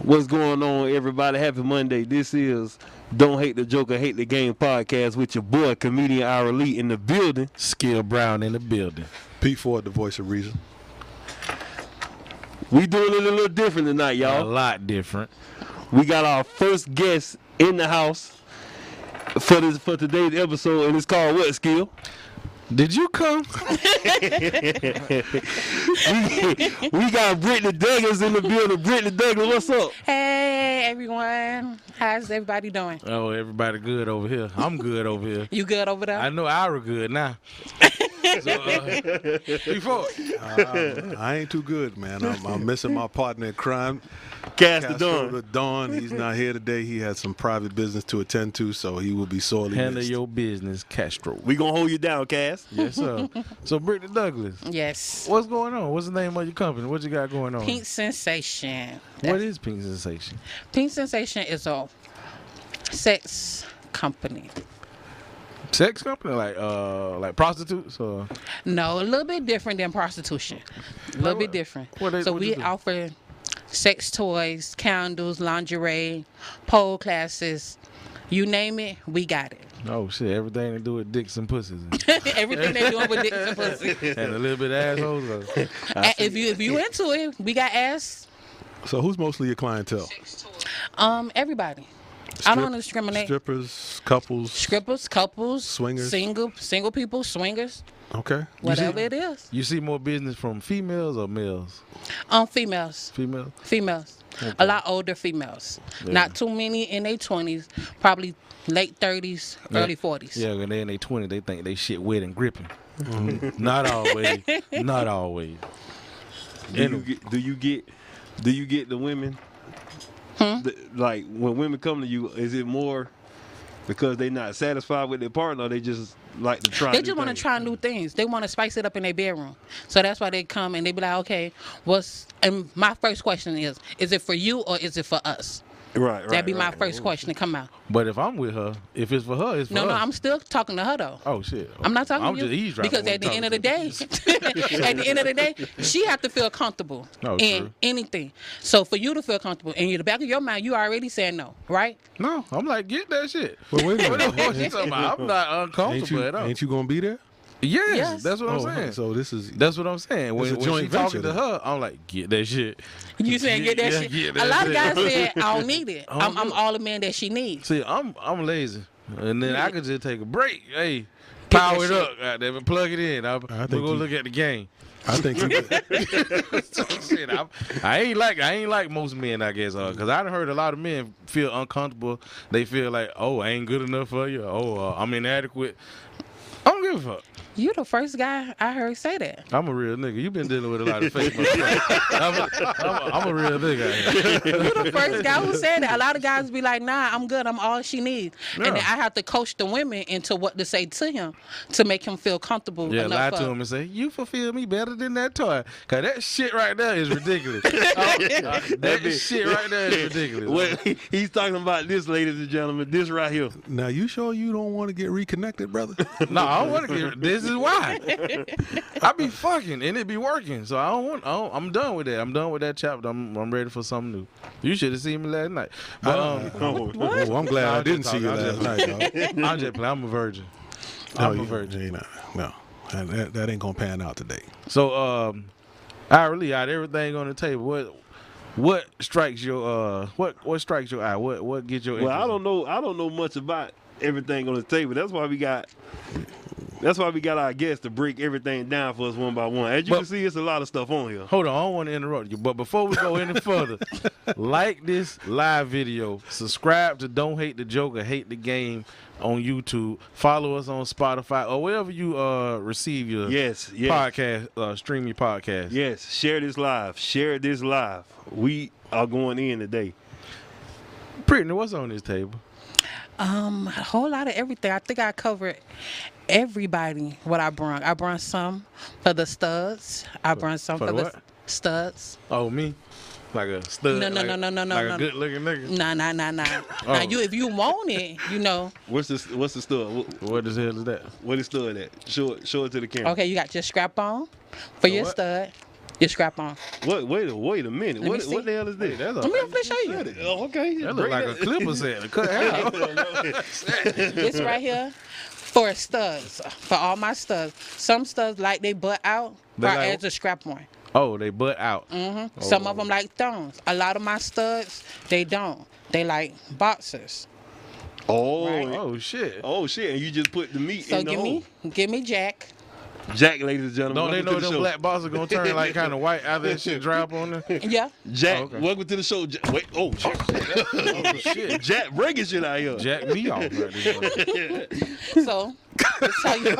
What's going on, everybody? Happy Monday. This is Don't Hate the Joker, Hate the Game podcast with your boy, comedian Ira Lee, in the building. Skill Brown in the building. Pete Ford, the voice of reason. We doing it a little different tonight, A y'all. lot different. Uh-huh. We got our first guest in the house for this for today's episode, and it's called What Skill? Did you come? we got Brittany Douglas in the building. Brittany Douglas, what's up? Hey everyone, how's everybody doing? Oh, everybody good over here. I'm good over here. You good over there? I know Ira good now. so, uh, before I ain't too good, man. I'm, I'm missing my partner in crime, Cast the Castro Dawn. the Dawn. He's not here today. He had some private business to attend to, so he will be sorely handle missed. your business, Castro. We gonna hold you down, Cass. Yes, sir. so Brittany Douglas, yes. what's going on? What's the name of your company? What you got going on? Pink Sensation. What is Pink Sensation? Pink Sensation is a sex company. Sex company, like uh, like prostitutes or No, a little bit different than prostitution. A little Like bit what- different. what they- so what we you do? offer sex toys, candles, lingerie, pole classes, you name it, we got it. oh shit, everything to do with dicks and pussies and, Everything they doing with dicks and pussy. and a little bit of assholes. Or, And if you if you into it, we got ass. so who's mostly your clientele? Um, everybody. I don't discriminate. Strippers, couples. Strippers, couples, Swingers. single, single people, swingers, Okay. whatever it is. you see more business from females or males? Um, females, Females. females, a lot older females. Not too many in their twenties, probably late thirties, early forties. Yeah, when they in their twenties, they think they shit wet and gripping. Mm-hmm. not always. Not always. Do you get do you get do you get the women? The- like when women come to you, is it more because they not satisfied with their partner? Or they just like to try. They new just want to things? try new things. They want to spice it up in their bedroom. So that's why they come and they be like, okay, what's? And my first question is, is it for you or is it for us? Right, right. That'd be my right. first question to come out. But if I'm with her, if it's for her, it's for No, her. no, I'm still talking to her though. Oh shit! I'm not talking I'm to you Just eavesdropping because when at the you end of the talking day, to at the end of the day, she have to feel comfortable No, in Oh, true. anything. So for you to feel comfortable, in the back of your mind, you already saying no, right? people. no, I'm like get that shit. Well, wait a What the fuck minute. she talking about? I'm not ain't uncomfortable you, at all. ain't you gonna be there? Oh, Yes, Yes. that's what I'm saying. So this is that's what I'm saying. When, a when joint she talking to venture her, I'm like get that shit. You saying get that Yeah, shit. yeah, a lot of that's Oh, guys said I don't need it. don't I'm, I'm do it. all the man that she needs. See, I'm I'm lazy, and then I could just take a break. Hey, Get power it that up, goddamn it, plug it in. I'm, I we'll think go you- look at the game. I think you Shit, I, I ain't like I ain't like most men, I guess, uh, cause I done heard a lot of men feel uncomfortable. They feel like, oh, I ain't good enough for you. Oh, uh, I'm inadequate. I don't give a fuck. You the first guy I heard say that. I'm a real nigga. You've been dealing with a lot of fake motherfuckers. I'm, a- I'm a- I'm a real nigga. out here. You the first guy who said that. A lot of guys be like, Nah, I'm good. I'm all she needs. Yeah. And then I have to coach the women into what to say to him to make him feel comfortable. Yeah, lie enough to for- him and say you fulfill me better than that toy. Cause that shit right there is ridiculous. Oh, that shit right there is ridiculous. What he's talking about this, ladies and gentlemen, this right here. now you sure you don't want to get reconnected, brother? No, I don't want to get. This is why. I be fucking and it be working, so I don't want. I don't, I'm done with that. I'm done with that chapter. I'm, I'm ready for something new. You should have seen me last night. But, um, Oh, I'm glad Nah, I I'm didn't just see you talking. last I'm night. dog. I'm just playing. I'm a virgin. No, I'm a you- virgin. you ain't not. No, And that, that ain't gonna pan out today. So, um, I really out everything on the table. What what strikes your uh what what strikes your eye? What what gets your Well, I interest? don't know. I don't know much about everything on the table. That's why we got. That's why we got our guests to break everything down for us one by one. As you But- can see, it's a lot of stuff on here. Hold on, I don't want to interrupt you, but before we go any further, like this live video, subscribe to Don't Hate the Joker, Hate the Game on YouTube, follow us on Spotify or wherever you uh receive your Yes, yes. podcast, uh, stream your podcast. Yes, share this live. Share this live. We are going in today. Brittany, what's on this table? Um, a whole lot of everything. I think I covered everybody what I brung. I brung some for the studs. I brung some for for, the the what? studs. Oh, me, like a stud. No, no, like no, a- no, no, no, like a no. good looking nigga. Nah, nah, nah, nah. Oh. Now you, if you want it, you know. What's this? What's the stud? What, Mm. What the hell is that? what is stud at? Show it. Show it to the camera. Okay, you got your strap on for Mm. The your what? stud. Your strap on. Wait, wait, a- wait a minute. Let me What, see. what the hell is this? That's Let a, me hopefully show you. Oh, okay. that look Break like a that- clipper's head. to Cut hair. It's right here for studs, for all my studs. Some studs like they butt out, They or like- as a strap on. Oh, they butt out. hmm Some of them like thongs. A lot of my studs, they don't. They like boxers. Oh, Right. oh, Oh shit. oh shit! And you just put the meat So in the give me, hole. give me Jack. Jack, ladies and gentlemen. Don't they welcome know to the them show. black balls are gonna turn like kind of white after that shit dry up on them? Yeah. Jack, Oh, okay. welcome to the show. Jack, wait, oh, Jack, Oh shit. Jack breaking shit out here. Jack me off right there. So that's how you.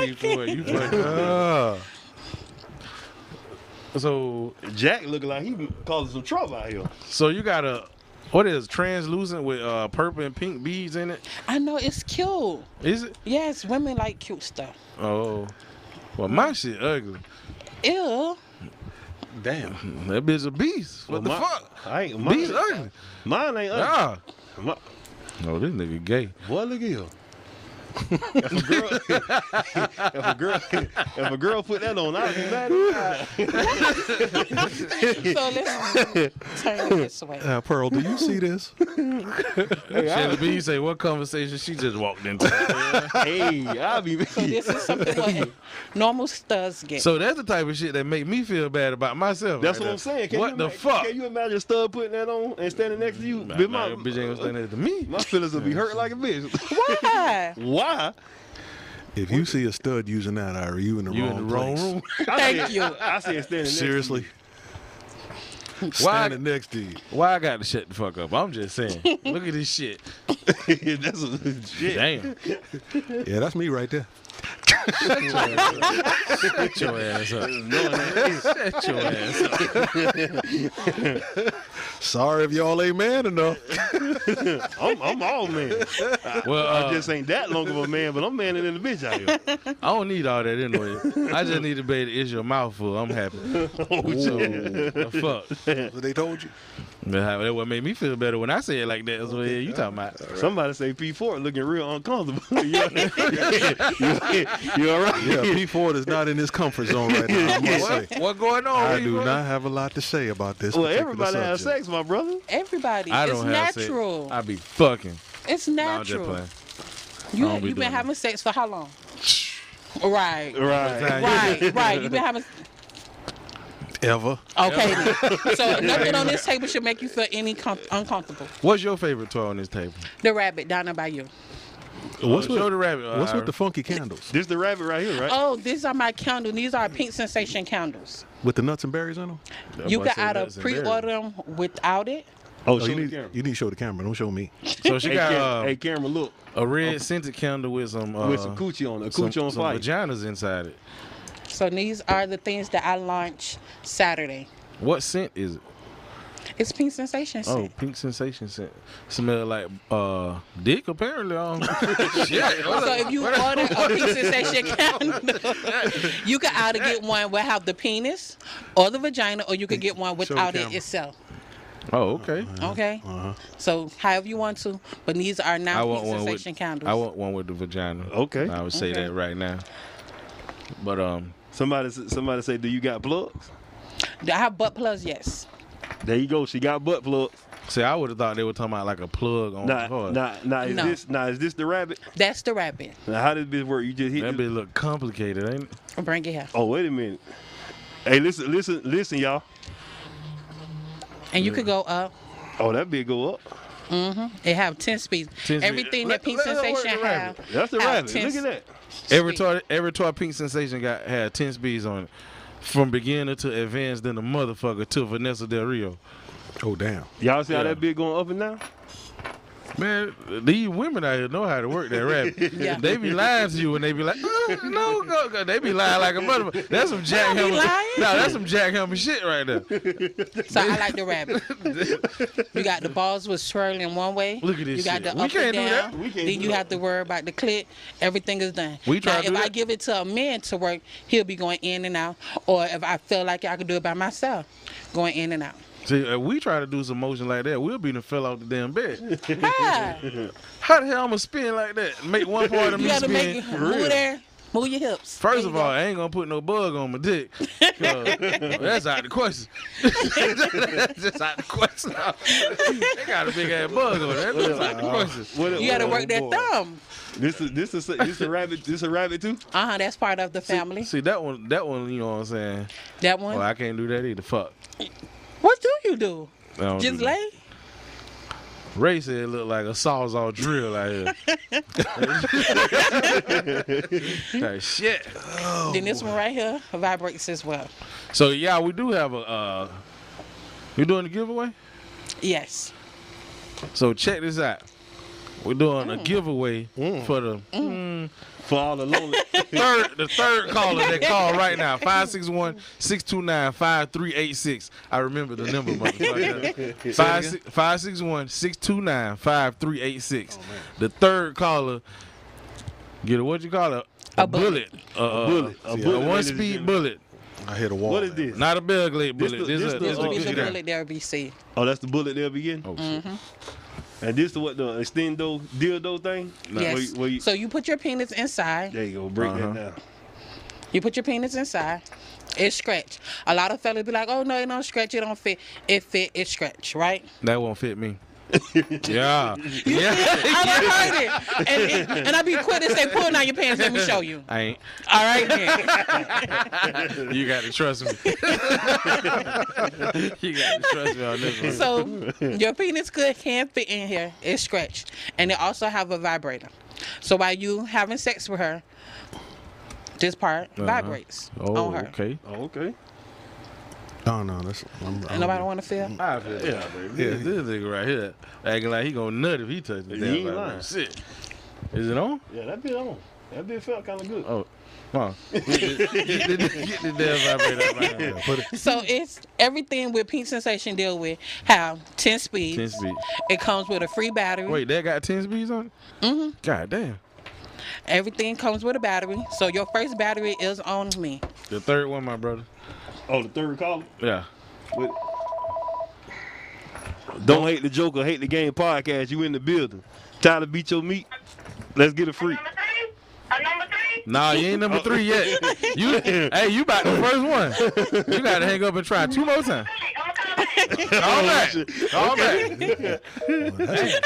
People, you fucking- Uh. So Jack looking like he causing some trouble out here. so you got a what is translucent with uh purple and pink beads in it? I know it's cute. Is it? Yes, women like cute stuff. Oh. Well my shit ugly. Ew. Damn. That bitch a beast. Well, What the my- fuck? I ain't mine. Beast ugly. Mine ain't ugly. Ah. My- No, Oh, this nigga gay. Boy, look at him. if a girl, if a girl, if a girl put that on, I'd be mad. at her. So let's turn it this way. Uh, Pearl, do you see this? Shelly B say what conversation she just walked into. hey, I'd be. So this is something what normal studs get. so that's the type of shit that make me feel bad about myself. That's right what there. I'm saying. Can what you the ima- fuck? Can you imagine Stud putting that on and standing next to you? Nah, Bitch, nah, my, that bitch ain't gonna stand next to me. my feelings will be hurt like a bitch. Why? Why? If you see a stud using that, Ira, you in the You in wrong the wrong place. room. I Thank said- you. I said standing next to you. Seriously, Why? standing next to you. Why I got to shut the fuck up? I'm just saying. Look at this shit. That's a shit. Damn. Yeah, that's me right there. Shut your ass up. Knowing that- Shut your ass up. Sorry if y'all ain't man enough. I'm, I'm all man. Well, uh, I just ain't that long of a man, but I'm manning in the bitch out here. I don't need all that anyway. I just need to be able to issue a mouthful. I'm happy. Oh, So, shit. the fuck. That's what they told you. That that what made me feel better when I say it like that. That's what yeah, you talking about. Somebody say P4 looking real uncomfortable. you, you- you all right? Yeah, P Ford is not in his comfort zone right now. I must say. What, what going on? I Reed, do bro? not have a lot to say about this. Well, particular everybody has subject. sex, my brother. Everybody. I it's don't have sex. natural. I be fucking. It's Nah, I'm just natural. playing. you I don't be doing you been that. having sex for how long? right. Right. Right, right. You've been having Ever? okay. then. so nothing on this table should make you feel any com- uncomfortable. What's your favorite toy on this table? The rabbit down there by you. What's Uh, with- show the rabbit? What's uh, with the funky candles? This the rabbit right here, right? Oh, these are my candles. These are pink sensation candles. With the nuts and berries in them? That you boy can said either that's embarrassing. pre-order them without it. Oh, Oh, show you the need camera. you need to show the camera. Don't show me. So she Hey, got camera, uh, hey, camera, look. a red scented candle with some uh, With some coochie on it. A some- coochie on some fire. vaginas inside it. So these are the things that I launch Saturday. What scent is it? It's pink sensation. Oh, scent. pink sensation scent. Smell like uh dick apparently. Um, So if you order a pink sensation candle, you can either get one without the penis or the vagina, or you could get one the without it camera. itself. oh, Uh-huh. okay. Okay. So however you want to, but these are I now want pink one sensation with candles. I want one with the vagina. Okay. I would say Okay. that right now. But um, Somebody, s- somebody say, do you got plugs? Do I have butt plugs? Yes. There you go. She got butt plugs. see, I would have thought they were talking about like a plug on the Nah, toy. nah, nah. Is No. this, nah, is this the rabbit? That's the rabbit. Now, how did this work? You just hit. That this- bitch look complicated, ain't it? Bring it here. Oh, wait a minute. Hey, listen, listen, listen, y'all. And you could go up. Oh, that bit go up. It have ten speeds. 10 speed. Everything Let- that pink let her work the sensation rabbit. have. That's the have rabbit. 10 Look at that. Every speed. toy, every toy, Pink Sensation got had ten speeds on it, from beginner to advanced, then the motherfucker to Vanessa Del Rio. Oh damn. Y'all see how Yeah. that bit going up and down? Man, these women out here know how to work that rabbit. Yeah. They be lying to you and they be like, "Uh, no, go, go." They be lying like a motherfucker. That's some Jack They don't Hammer. be lying. No, that's some Jack Hammer shit right there. So I like the rabbit. you got the balls with swirling one way. Look at this You got shit. the We up can't and do that. down. We can't then do you that. have to worry about the clip. Everything is done. We try now, to if do I that. give it to a man to work, he'll be going in and out. Or if I feel like it, I could do it by myself, going in and out. See, if we try to do some motion like that, we'll be to fell off the damn bed. Hi. How the hell I'ma spin like that? Make one part of you me got to make spin. it move there, Move your hips. There First you of go. all, I ain't gonna put no bug on my dick. 'Cause that's out the question. that's just out the question. they got a big ass bug on it. That's out the question. What a- you got to what a- work that thumb. This is this is this a rabbit. This a rabbit too. Uh huh. That's part of the family. See that one? That one, you know what I'm saying? that one. Oh, I can't do that either. Fuck. What do you do? I don't Just do that. lay? Ray said it looked like a sawzall drill out here. like, shit. then this one right here vibrates as well. So yeah, we do have a. Uh, we doing the giveaway. Yes. So check this out. We're doing a giveaway for the For all the lonely. Uh, third the third caller that called right now. 561-629-5386. I remember the number, motherfucker. Five si- 561-629-5386. the third caller. Get a what you call it? A bullet. A, uh, bullet. A A, bullet, one ladies and speed gentlemen. bullet. I hit a wall. what is man. this? Not a bell glade This bullet. the- this this is a, the- this This is oh, a will be okay. the get out. bullet there, BC. Oh, that's the bullet they'll begin. Oh, shit. And this the what the extendo dildo thing. Where Yes. you- where you- so you put your penis inside. there you go. Break Uh-huh. that down. You put your penis inside. It scratch. A lot of fellas be like, "Oh no, it don't scratch. It don't fit. It fit. It scratch. Right? That won't fit me. yeah. Yeah. I done heard it, and, and, and I be quick to say, "Pull down your pants. Let me show you." I ain't. All right then. You got to trust me. you got to trust me on this one. So your penis could can fit in here. It's scratched, and it also have a vibrator. So while you having sex with her, this part vibrates oh, on her. okay. Oh, okay. Oh no, that's. I'm, And nobody want to feel. I feel yeah, This, this nigga right here acting like he gonna nut if he touch the He damn ain't vibrator. lying. Shit. Is it on? Yeah, that bit on. That bit felt kind of good. Oh, huh. get, the, get the- get the damn vibrator out my hand. Put it. So it's everything with Pink Sensation deal with have 10 speeds. Ten speed. It comes with a free battery. Wait, that got ten speeds on it? Mm-hmm. God damn. Everything comes with a battery. So your first battery is on me. The third one, my brother. Oh, the third column. Yeah. With- Don't hate the Joker, hate the game podcast. You in the building. Tired to beat your meat? Let's get it free. Number three? A number three? Nah, you ain't number three yet. You, hey, you about the first one. You gotta hang up and try two more times. Hey, I'm coming back. All right. All right.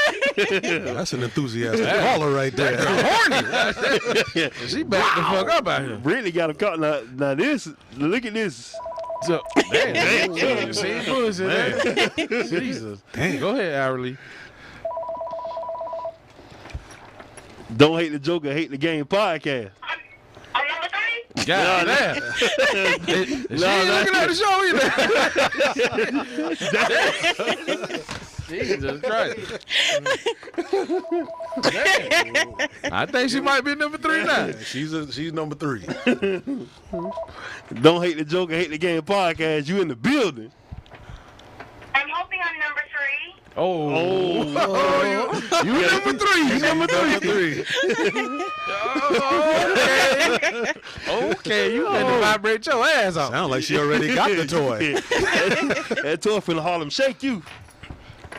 That's an enthusiastic caller right there. horny. she back the fuck up out here. Brittany got him caught. Now, now this, look at this. So, damn, damn, see bullshit. Man. Jesus, damn. Go ahead, hourly. Don't hate the Joker, hate the game podcast. A number three? God No, damn. It- she ain't no. looking at the show either. Jesus Christ. Damn. I think she might be number three now. She's a, she's number three. Don't hate the Joker, hate the game podcast. You in the building. I'm hoping I'm number three. Oh, you, you number three. You number three. three. Oh, okay. okay, you better vibrate your ass off. Sound like she already got the toy. that toy from the Harlem Shake you.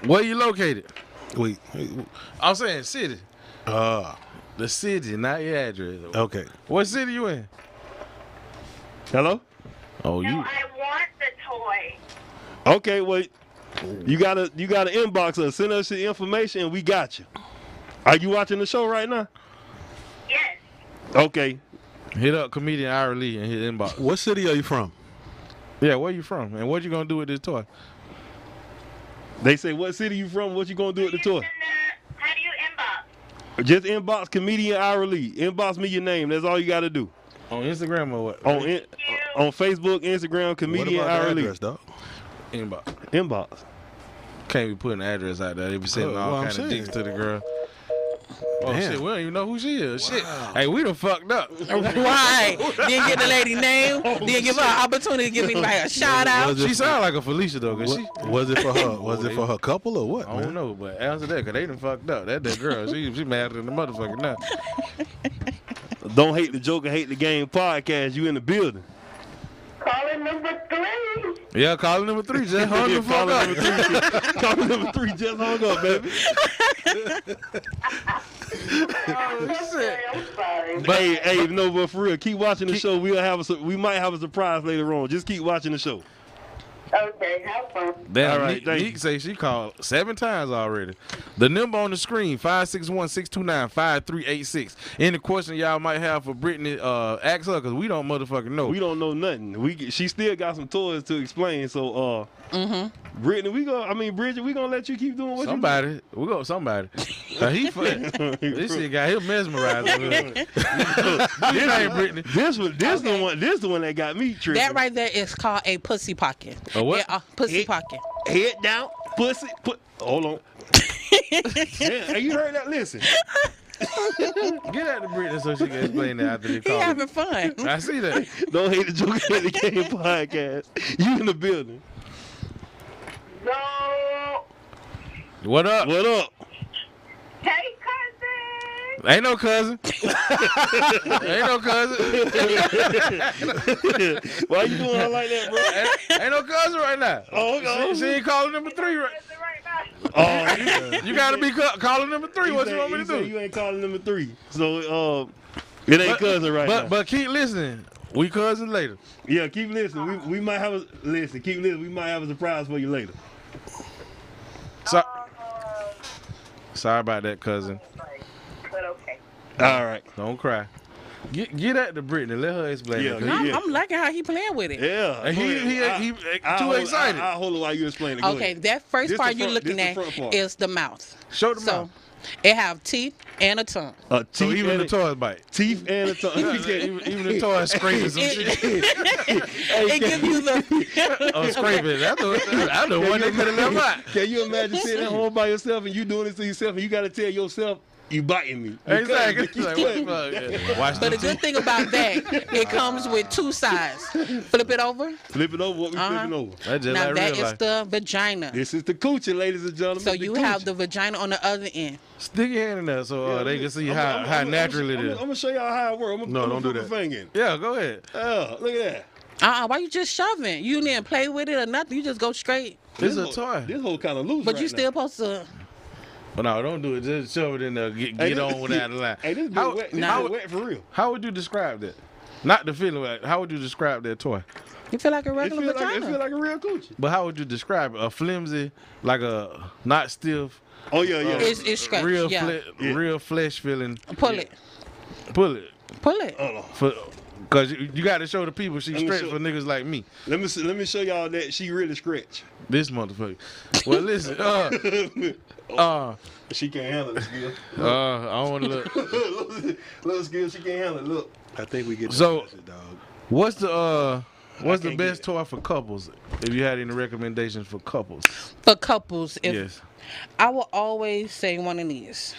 Where you located? Wait. wait, I'm saying city. Uh, The city, not your address. okay. What city you in? Hello? Oh, No, you. I want the toy. Okay, well, you gotta you gotta inbox us, send us the information, and we got you. Are you watching the show right now? Yes. Okay. Hit up comedian Ira Lee and his inbox. What city are you from? Yeah, where you from? And what you gonna do with this toy? They say what city you from, what you gonna do with the You toy. send the- How do you inbox? Just inbox comedian Ira Lee. Inbox me your name. That's all you gotta do. On Instagram or what? On in, on Facebook, Instagram, comedian what Ira about the Lee. address, dog? inbox. Inbox. Can't be putting the address out there. They be sending Good, all well, I'm kind of saying. dicks to the girl. Oh Damn. shit, we don't even know who she is. Shit. Hey, we done fucked up. Right. then get the lady name. Oh, Then give her an opportunity to give me like a shout out. She sound like a Felicia though, cause she. What, was it for her? Was it for her couple or what? I don't Man? know, but answer that, cause they done fucked up. That that girl, she she madder than the motherfucker now. Don't hate the Joker, hate the game podcast. You in the building. Calling number three. Yeah, calling number three, just hung the fuck Caller up. number three, caller number three just hung up, baby. Oh, shit. I'm sorry. hey, hey, no, but for real, keep watching the show. We'll have a, sur- we might have a surprise later on. Just keep watching the show. Okay, have fun. Damn, All right, Neek, thank you. Neek say she called seven times already. The number on the screen, 561-629-5386. Any question y'all might have for Brittany, uh, ask her, because we don't motherfucking know. We don't know nothing. We she still got some toys to explain. So, uh, Mm-hmm. Brittany, we go. I mean, Bridget, we gonna let you keep doing what somebody. We go somebody. Uh, he fuck. you do. This shit got him mesmerized. this ain't Brittany. This was this Okay. the one. This the one that got me tripping. That right there is called a pussy pocket. A what? Yeah, a pussy It- pocket. Head down, pussy. Put. Hold on. yeah, hey, you heard that? Listen, Get out to Brittany so she can explain that after they He call. having her. fun. I see that. don't hate the joke at the game podcast. You in the building? So, What up? What up? hey, cousin. Ain't no cousin. ain't no cousin. Why you doing her like that, bro? Ain't, ain't no cousin right now. Oh, She, she ain't calling number three right. Cousin right now. Oh, you- You gotta be ca- calling number three. he What said- you want me he to said do? You ain't calling number three, so um, it ain't cousin right but now. but keep listening. We cousin later. yeah, keep listening. We, we might have a listen. Keep listening. We might have a surprise for you later. So, Uh, sorry about that, cousin. but okay. All right. Don't cry. Get get at the Brittany. Let her explain. Yeah, it. yeah. I'm, I'm liking how he playing with it. Yeah. And go he ahead. he, I- he, I too hold- excited. I, I hold it while you explain it. Go Okay, ahead. that first This part the you're front- looking this the at front part. is the mouth. Show them So it have teeth and a tongue. A teeth So even and the a- toys bite. teeth and a tongue. even, even the toys scraping some shit. It, it give you the Oh, scraping. That's the, that's the one they could have left out. Can you imagine sitting at home by yourself and you doing this to yourself and you got to tell yourself you biting me? Because Exactly. you Like, couldn't. what the fuck? Watch But the the good thing about that, it comes with two sides. Flip it over. Flip it over. What we Uh-huh. flipping over? That's just now like that real is life. the vagina. This is the coochie, ladies and gentlemen. So the you coochie. have the vagina on the other end. Stick your hand in there so uh, they can see I'm- how, I'm- how I'm- natural I'm, it is. I'm gonna show y'all how it works. I'm gonna, No, I'm don't gonna do put that. my finger in. Yeah, go ahead. Oh, look at that. Uh-uh, why you just shoving? You didn't play with it or nothing. You just go straight. It's a whole- toy. This whole kind of loose. But right you now. still supposed to. Well, no, don't do it. Just shove it in there. Get, Hey, get this- on without a line. Hey, this been how, wet. This how- been wet for real. how would you describe that? Not the feeling. Like, how would you describe that toy? You feel like a It regular feel, like, it vagina. feel like a real coochie. But how would you describe it? A flimsy, like a not stiff, Oh yeah, yeah. it's it's scratched. real, yeah. fle- Yeah. real flesh feeling. Pull it. Pull it Pull it. Hold on. for, cause you, you got to show the people she me stretch show- for niggas like me. Let me see, let me show y'all that she really scratch. This motherfucker. Well, listen. Uh, uh, She can't handle this girl. uh, I want to look. Little skill, she can't handle it. Look. I think we get the So- message, dog. What's the uh? What's the can't get best it. toy for couples? If you had any recommendations for couples? For couples, if yes. I will always say one of these.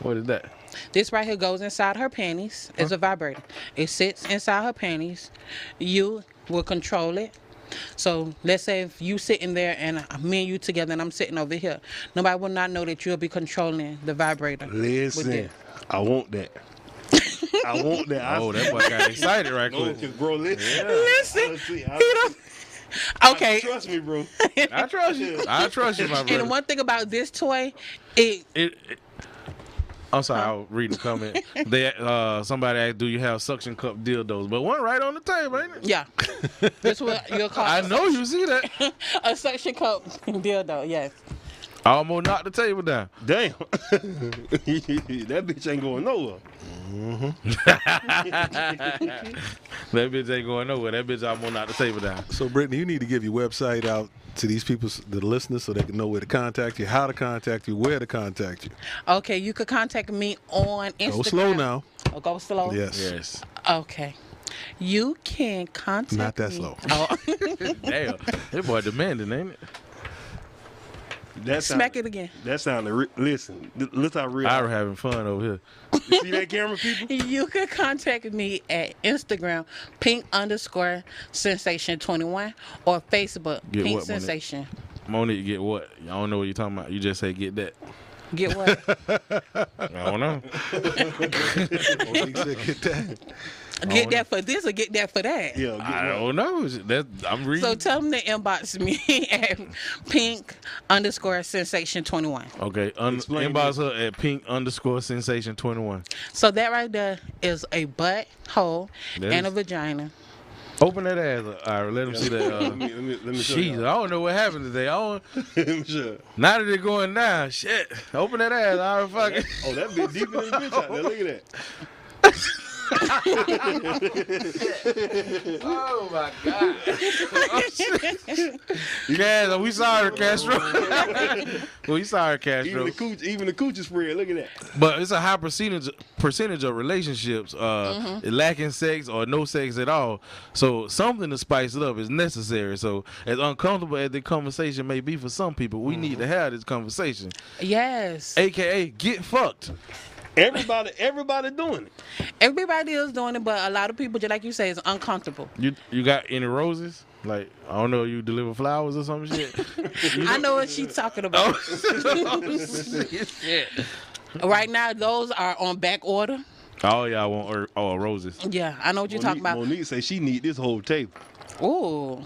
What is that? This right here goes inside her panties. It's a vibrator. It sits inside her panties. You will control it. So let's say if you sitting there and uh, me and you together and I'm sitting over here, nobody will not know that you'll be controlling the vibrator. with Listen, it. I want that. I want that. I Oh, that boy got excited right No, quick. cause bro, listen. Listen, Let's see, I- he don't- Okay. Trust me, bro. I trust you. I trust you, my brother. And one thing about this toy, it it, it- I'm sorry, I was reading the comment. they uh somebody asked, Do you have suction cup dildos? But one right on the table, ain't it? yeah. That's what you'll call I know you see that. a suction cup dildo, yes. I almost knocked the table down. Damn. that bitch ain't going nowhere. That bitch ain't going nowhere. That bitch almost knocked the table down. So, Brittany, you need to give your website out to these people, the listeners, so they can know where to contact you, how to contact you, where to contact you. Okay, you could contact me on Instagram. Go slow now. Oh, go slow. Yes. Yes. Okay. You can contact Not that me. slow. Oh, Damn. That boy demanding, ain't it? That sound, smack it again. That sounded. Re- listen, th- look how real. I was having fun over here. You see that camera, people? You can contact me at Instagram, pink underscore sensation 21, or Facebook, Get what, pink Monique? sensation. Monique, get what? I don't know what you're talking about. You just say get that. Get what? I don't know. Oh, he said, get that. Get that for this or get that for that. Yeah, get I one. don't know. That I'm reading. So tell them to inbox me at pink underscore sensation 21. okay, un- Explain inbox her at pink underscore sensation twenty one. So that right there is a butt hole That and a is- vagina. Open that ass. up. All right, let them see that. let me Uh, let me, let me show Jeez, I you. don't know what happened today. I don't, Let me show you. now that it's going down, shit. Open that ass. All right, fuck it. Oh, that bit deep in the bitch out there. Look at that. Oh my god. Cass, we sorry, Castro. we sorry, Even Castro. the cooch, even the cooch is spread. Look at that. But it's a high percentage percentage of relationships uh, lacking sex or no sex at all. So something to spice it up is necessary. So as uncomfortable as the conversation may be for some people, we need to have this conversation, Yes. aka get fucked. Everybody, everybody doing it. Everybody is doing it, but a lot of people, just like you say, is uncomfortable. You you got any roses? Like I don't know, you deliver flowers or some shit. I know what she's talking about. Oh. right now, those are on back order. All y'all want er- oh roses. Yeah, I know what you're talking Monique, about. Monique say she need this whole table. Ooh,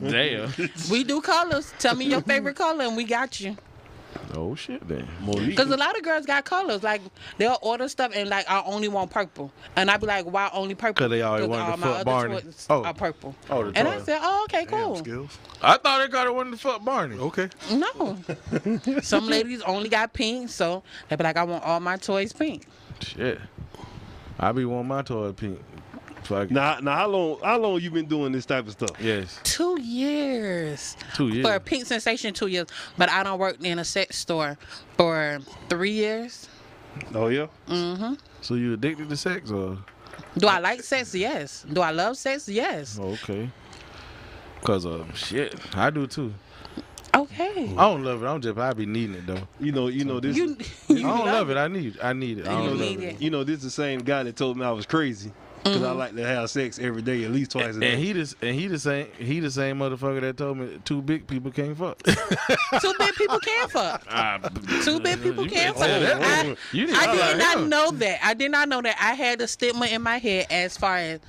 Damn. we do colors. Tell me your favorite color, and we got you. oh shit then. Monique, Cause a lot of girls got colors. Like they'll order stuff and like I only want purple, and I be like, why only purple? 'Cause they already all wanted to my fuck other Barney. toys Oh. are purple. Oh, the and I toy. said, oh, okay, Damn, cool. skills. I thought they got one to fuck Barney. Okay. No, some ladies only got pink, so they be like, I want all my toys pink. Shit. I be wanting my toy pink. Fuck. it. now, now how long, how long you been doing this type of stuff? Yes. Two years. Two years. for a pink sensation two years, but I don't work in a sex store for three years. Oh yeah. So you addicted to sex or Do I like sex? Yes. Do I love sex? Yes. oh, okay? Cause uh shit, I do too. Okay. I don't love it. I'm just I be needing it though. You know, you know this. You, You, you I don't love it. I need. I need it. I don't You love need it. it. Mm-hmm. know this the same guy that told me I was crazy because I like to have sex every day, at least twice a day. And he just and he the same he the same motherfucker that told me two big people can't fuck. Two big people can fuck. Two big people You can can't fuck. say that. I, You didn't I say did that. not know that. I did not know that. I had a stigma in my head as far as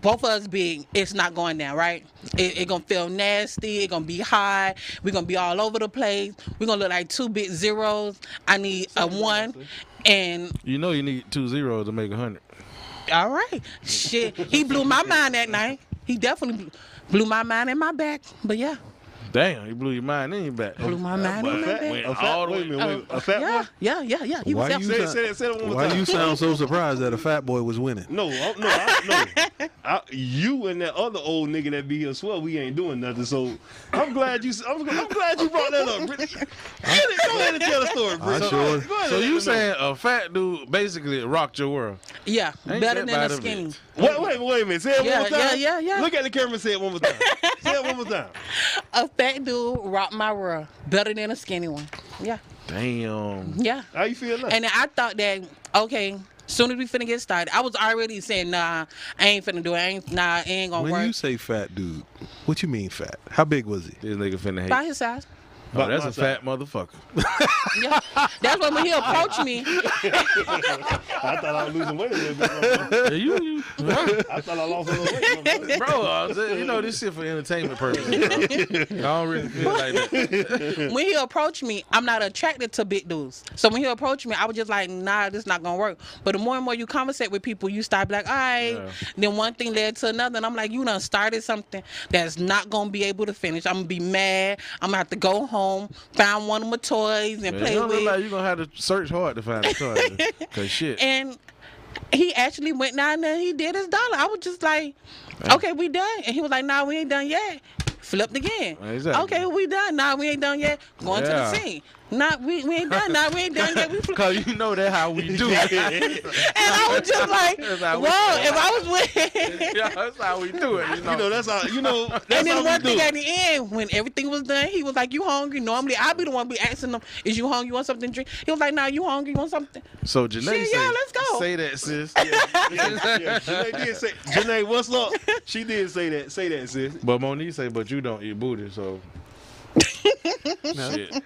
both of us being, it's not going down, right? It, it gonna feel nasty. It gonna be high. We gonna be all over the place. We gonna look like two big zeros. I need a one. And You know you need two zeros to make a hundred. all right, shit, he blew my mind that night. He definitely blew- blew my mind and my back. But yeah, Damn, you blew your mind and your back. blew my mind and my fat, back. a fat, wait a minute, wait a minute. A fat Oh, Yeah, one. yeah, yeah, yeah. He was Why you definitely- Say, say, that- say that one more Why time. you sound so surprised that a fat boy was winning? No, I, no, I, no. I, you and that other old nigga that be here swear we ain't doing nothing. So I'm glad you. I'm, I'm glad you brought that up. Britt. Go ahead and tell the story, I Britt. sure- Go ahead and So you let them know. saying a fat dude basically rocked your world? Yeah, Ain't that better than a bad of it. skinny. Wait, wait, wait a minute. Say it Yeah, one more time. yeah, yeah, yeah. Look at the camera. and Say it one more time. say it one more time. A fat dude rocked my world. Better than a skinny one. Yeah, Damn. yeah. How you feel now? And then I thought that okay, soon as we finna get started, I was already saying nah, I ain't finna do it. I ain't nah, it ain't gonna When work. you say fat dude, what you mean fat? How big was he? This nigga finna hate. By his size. Oh, that's my a fat motherfucker. Yeah. That's why when he approached me, I thought I was losing weight a little bit. Yeah, you, you, bro, I thought I lost a little weight. I'm saying, you know this shit for entertainment purposes. Bro. I don't really feel like that. when he approached me, I'm not attracted to big dudes. So when he approached me, I was just like, nah, this not gonna work. But the more and more you conversate with people, you start like, all right. Yeah. Then one thing led to another, and I'm like, you done started something that's not gonna be able to finish. I'm gonna be mad. I'm gonna have to go home, find one of my toys and Man, it play don't with. look like you gonna have to search hard to find a toy. Cause shit. and he actually went down there. He did his dollar. I was just like, okay, we done. And he was like, nah, we ain't done yet. Flipped again. Exactly. Okay, we done. Nah, we ain't done yet. Going Yeah. to the scene. Nah, we, we ain't done. Nah, we ain't done yet. We flipped. Cause you know that how we do. it. And I was just like, whoa, That's if how we I was with. yeah, that's how we do it. You know. You know that's how. You know that's And how then we one do thing it. at the end, when everything was done, he was like, "You hungry?" Normally, I'd be the one be asking him, "Is you hungry? You want something to drink?" He was like, "Nah, you hungry? You want something?" so Janae Shit, say, yeah, let's go. say that, sis. yeah, Janae did say, Janae, what's up? She did say that. Say that, sis. But Monique say, but you don't eat booty, so Shit.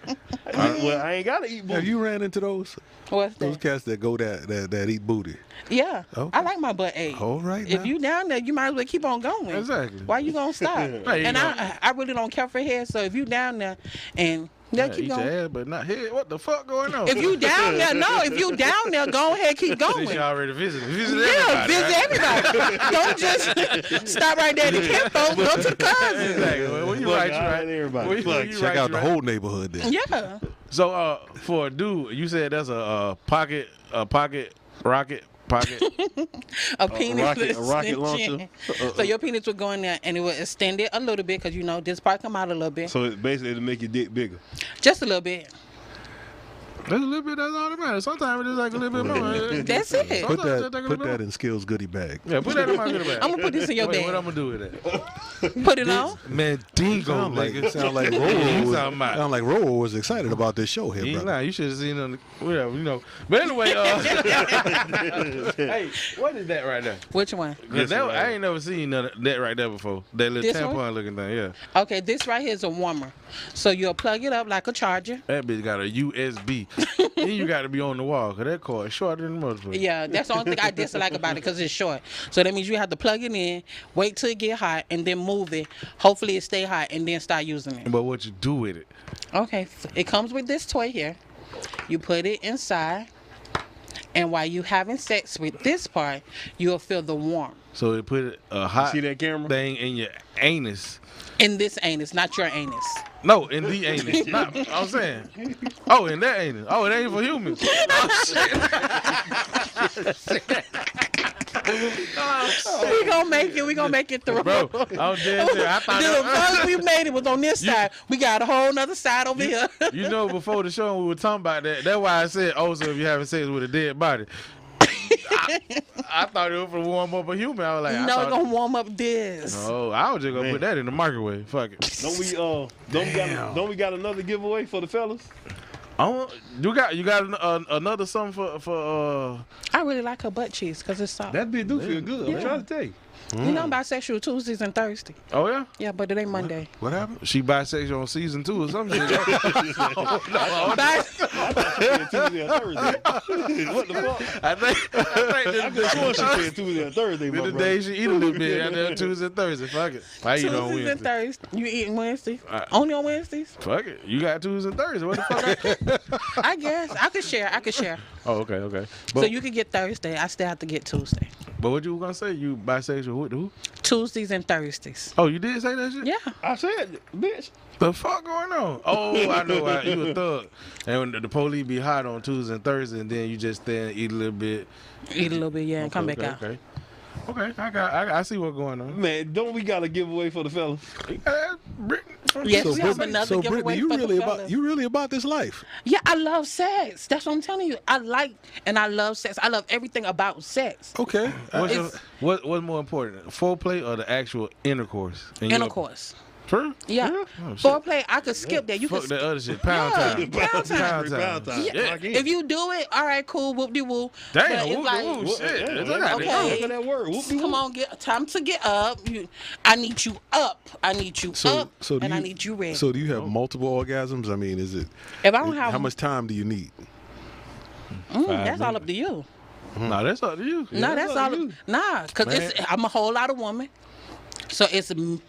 well, I ain't gotta eat Have booty. you ran into those What's those that? cats that go that that, that eat booty? Yeah, Okay. I like my butt ache. All right. If now. you down there, you might as well keep on going. Exactly. Why you gonna stop? Hey, you and know- I, I really don't care for head. So if you down there, and yeah, Yeah, keep eat your going. ass, but not here. What the fuck going on? If you down there, no. If you down there, go ahead, keep Since going. you already visited, visit Yeah, everybody. visit right? everybody. Don't just stop right there at the kin folks. Go to the cousins. Exactly. Well, when you Fuck right, you all right. everybody. When you- Fuck, when you check right, out you the right. whole neighborhood then. Yeah. So, uh, for a dude, you said that's a, uh pocket, a pocket rocket, pocket. a penis rocket- with a rocket extension. launcher. Uh, uh, so your penis would go in there and it would extend it a little bit because you know this part come out a little bit, So it basically to make your dick bigger. just a little bit. that's a little bit. That's all that matters. Sometimes it's just like a little bit more. That's it. Hold Put on, that just take a put little that in Skills goodie bag. Yeah, put that in my little bag. I'm gonna put this in your Wait, What I'm bag. gonna do with that? Put it on. Man, dingo, Sound like nigga. sound like You Roro was, talking about- sound like Roro was excited about this show You here, ain't brother. lying. You should have seen on the, whatever, you know. But anyway, uh, hey, what is that right there? Which one? 'Cause that- I ain't never seen none of that right there before. That little This tampon one? looking thing, yeah. Okay, this right here is a warmer. So you'll plug it up like a charger. That bitch got a USB. then you got to be on the wall because that cord is shorter than the motherfucker. Yeah, that's the only thing I dislike about it because it's short. So that means you have to plug it in, wait till it get hot, and then move it. Hopefully it stay hot, and then start using it. But what you do with it? Okay, f- it comes with this toy here. You put it inside, and while you having sex with this part, you'll feel the warmth. So they put a hot See that camera? thing in your anus. In this anus, not your anus. No, in the anus. Not, I'm saying. Oh, in that anus. Oh, it ain't for humans. Oh, shit. oh, shit. We gonna make it. We gonna make it through. Bro, I'm dead serious. I thought the that- first we made it was on this side. We got a whole nother side over here. You know, before the show, we were talking about that. That's why I said, oh, so if you're having sex with a dead body. I, I thought it was for warm up a human. I was like, I no, thought- it gonna warm up this. Oh, I was just gonna Man. put that in the microwave. Fuck it. Don't we uh don't we got don't we got another giveaway for the fellas? I don't, you got you got an, uh, another something for uh, for I really like her butt cheeks because it's soft. That bitch do feel good. Yeah. I'm trying to tell you. you know, I'm bisexual Tuesdays and Thursday. uh oh yeah. Yeah, but it ain't Monday. What happened? She bisexual on season two or something. Oh, Bi- I thought she said Tuesday or Thursday. what the fuck? I think I I think could the, have sworn she said Tuesday or Thursday, the, my brother. day she eat a little bit out there Tuesday Thursday. Fuck it. I eat on Tuesdays and Wednesday. Thursdays. You eating Wednesdays? Uh, Only on Wednesdays? Fuck it. You got Tuesday and Thursday. What the fuck? I- I guess I could share. I could share. oh okay okay. But, so you could get Thursday. I still have to get Tuesday. but what you were gonna say? You bisexual with who? Tuesdays and Thursdays. Oh you did say that shit. Yeah. I said, bitch. The fuck going on? Oh, I know. I, you a thug. And when the, the police be hot on Tuesday and Thursday, and then you just stand eat a little bit. Eat a little bit, yeah, and come back okay, out. Okay. Okay, I got, I, got- I see what's going on. Man, don't we got a giveaway for the fellas? Uh, Brittany from- Yes, so we have Brittany- another so giveaway Brittany, you for the really about fellas. you really about this life. Yeah, I love sex. That's what I'm telling you. I like and I love sex. I love everything about sex. Okay. What's your- It's- what what's more important, foreplay or the actual intercourse? In your- Intercourse. True. Yeah. Oh, shit. Foreplay, I could skip that. You Fuck could that skip. other shit. Pound Yeah. time. Pound time. Pound time. Pound Yeah. Lock in. If you do it, all right, cool, whoop de woo. Damn. Whoop, whoop, shit. yeah, I got okay. that. Look at that word. Whoop de Come on, get time to get up. You, I need you up. I need you So up, so do and you, I need you ready. So do you have multiple orgasms? I mean, is it if I don't it- have, how much time do you need? Mm, that's Five all up to you. No, that's up to you. no, that's that's all all. you. Nah, cause it's, I'm a whole lot of woman, so it's mm,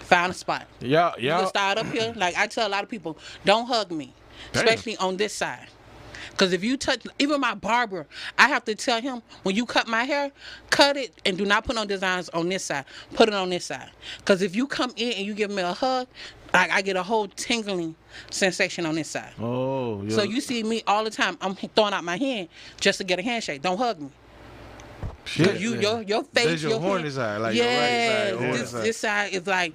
find a spot. Y'all, You can y'all. start up here. Like I tell a lot of people, don't hug me, Damn. especially on this side. Because if you touch, even my barber, I have to tell him when you cut my hair, cut it and do not put no designs on this side. Put it on this side. Because if you come in and you give me a hug, like I get a whole tingling sensation on this side. Oh, So you see me all the time. I'm throwing out my hand just to get a handshake. Don't hug me. shit. You man. your your face. That's your horny side, like your right yeah, side, your horny this, side. this side is like,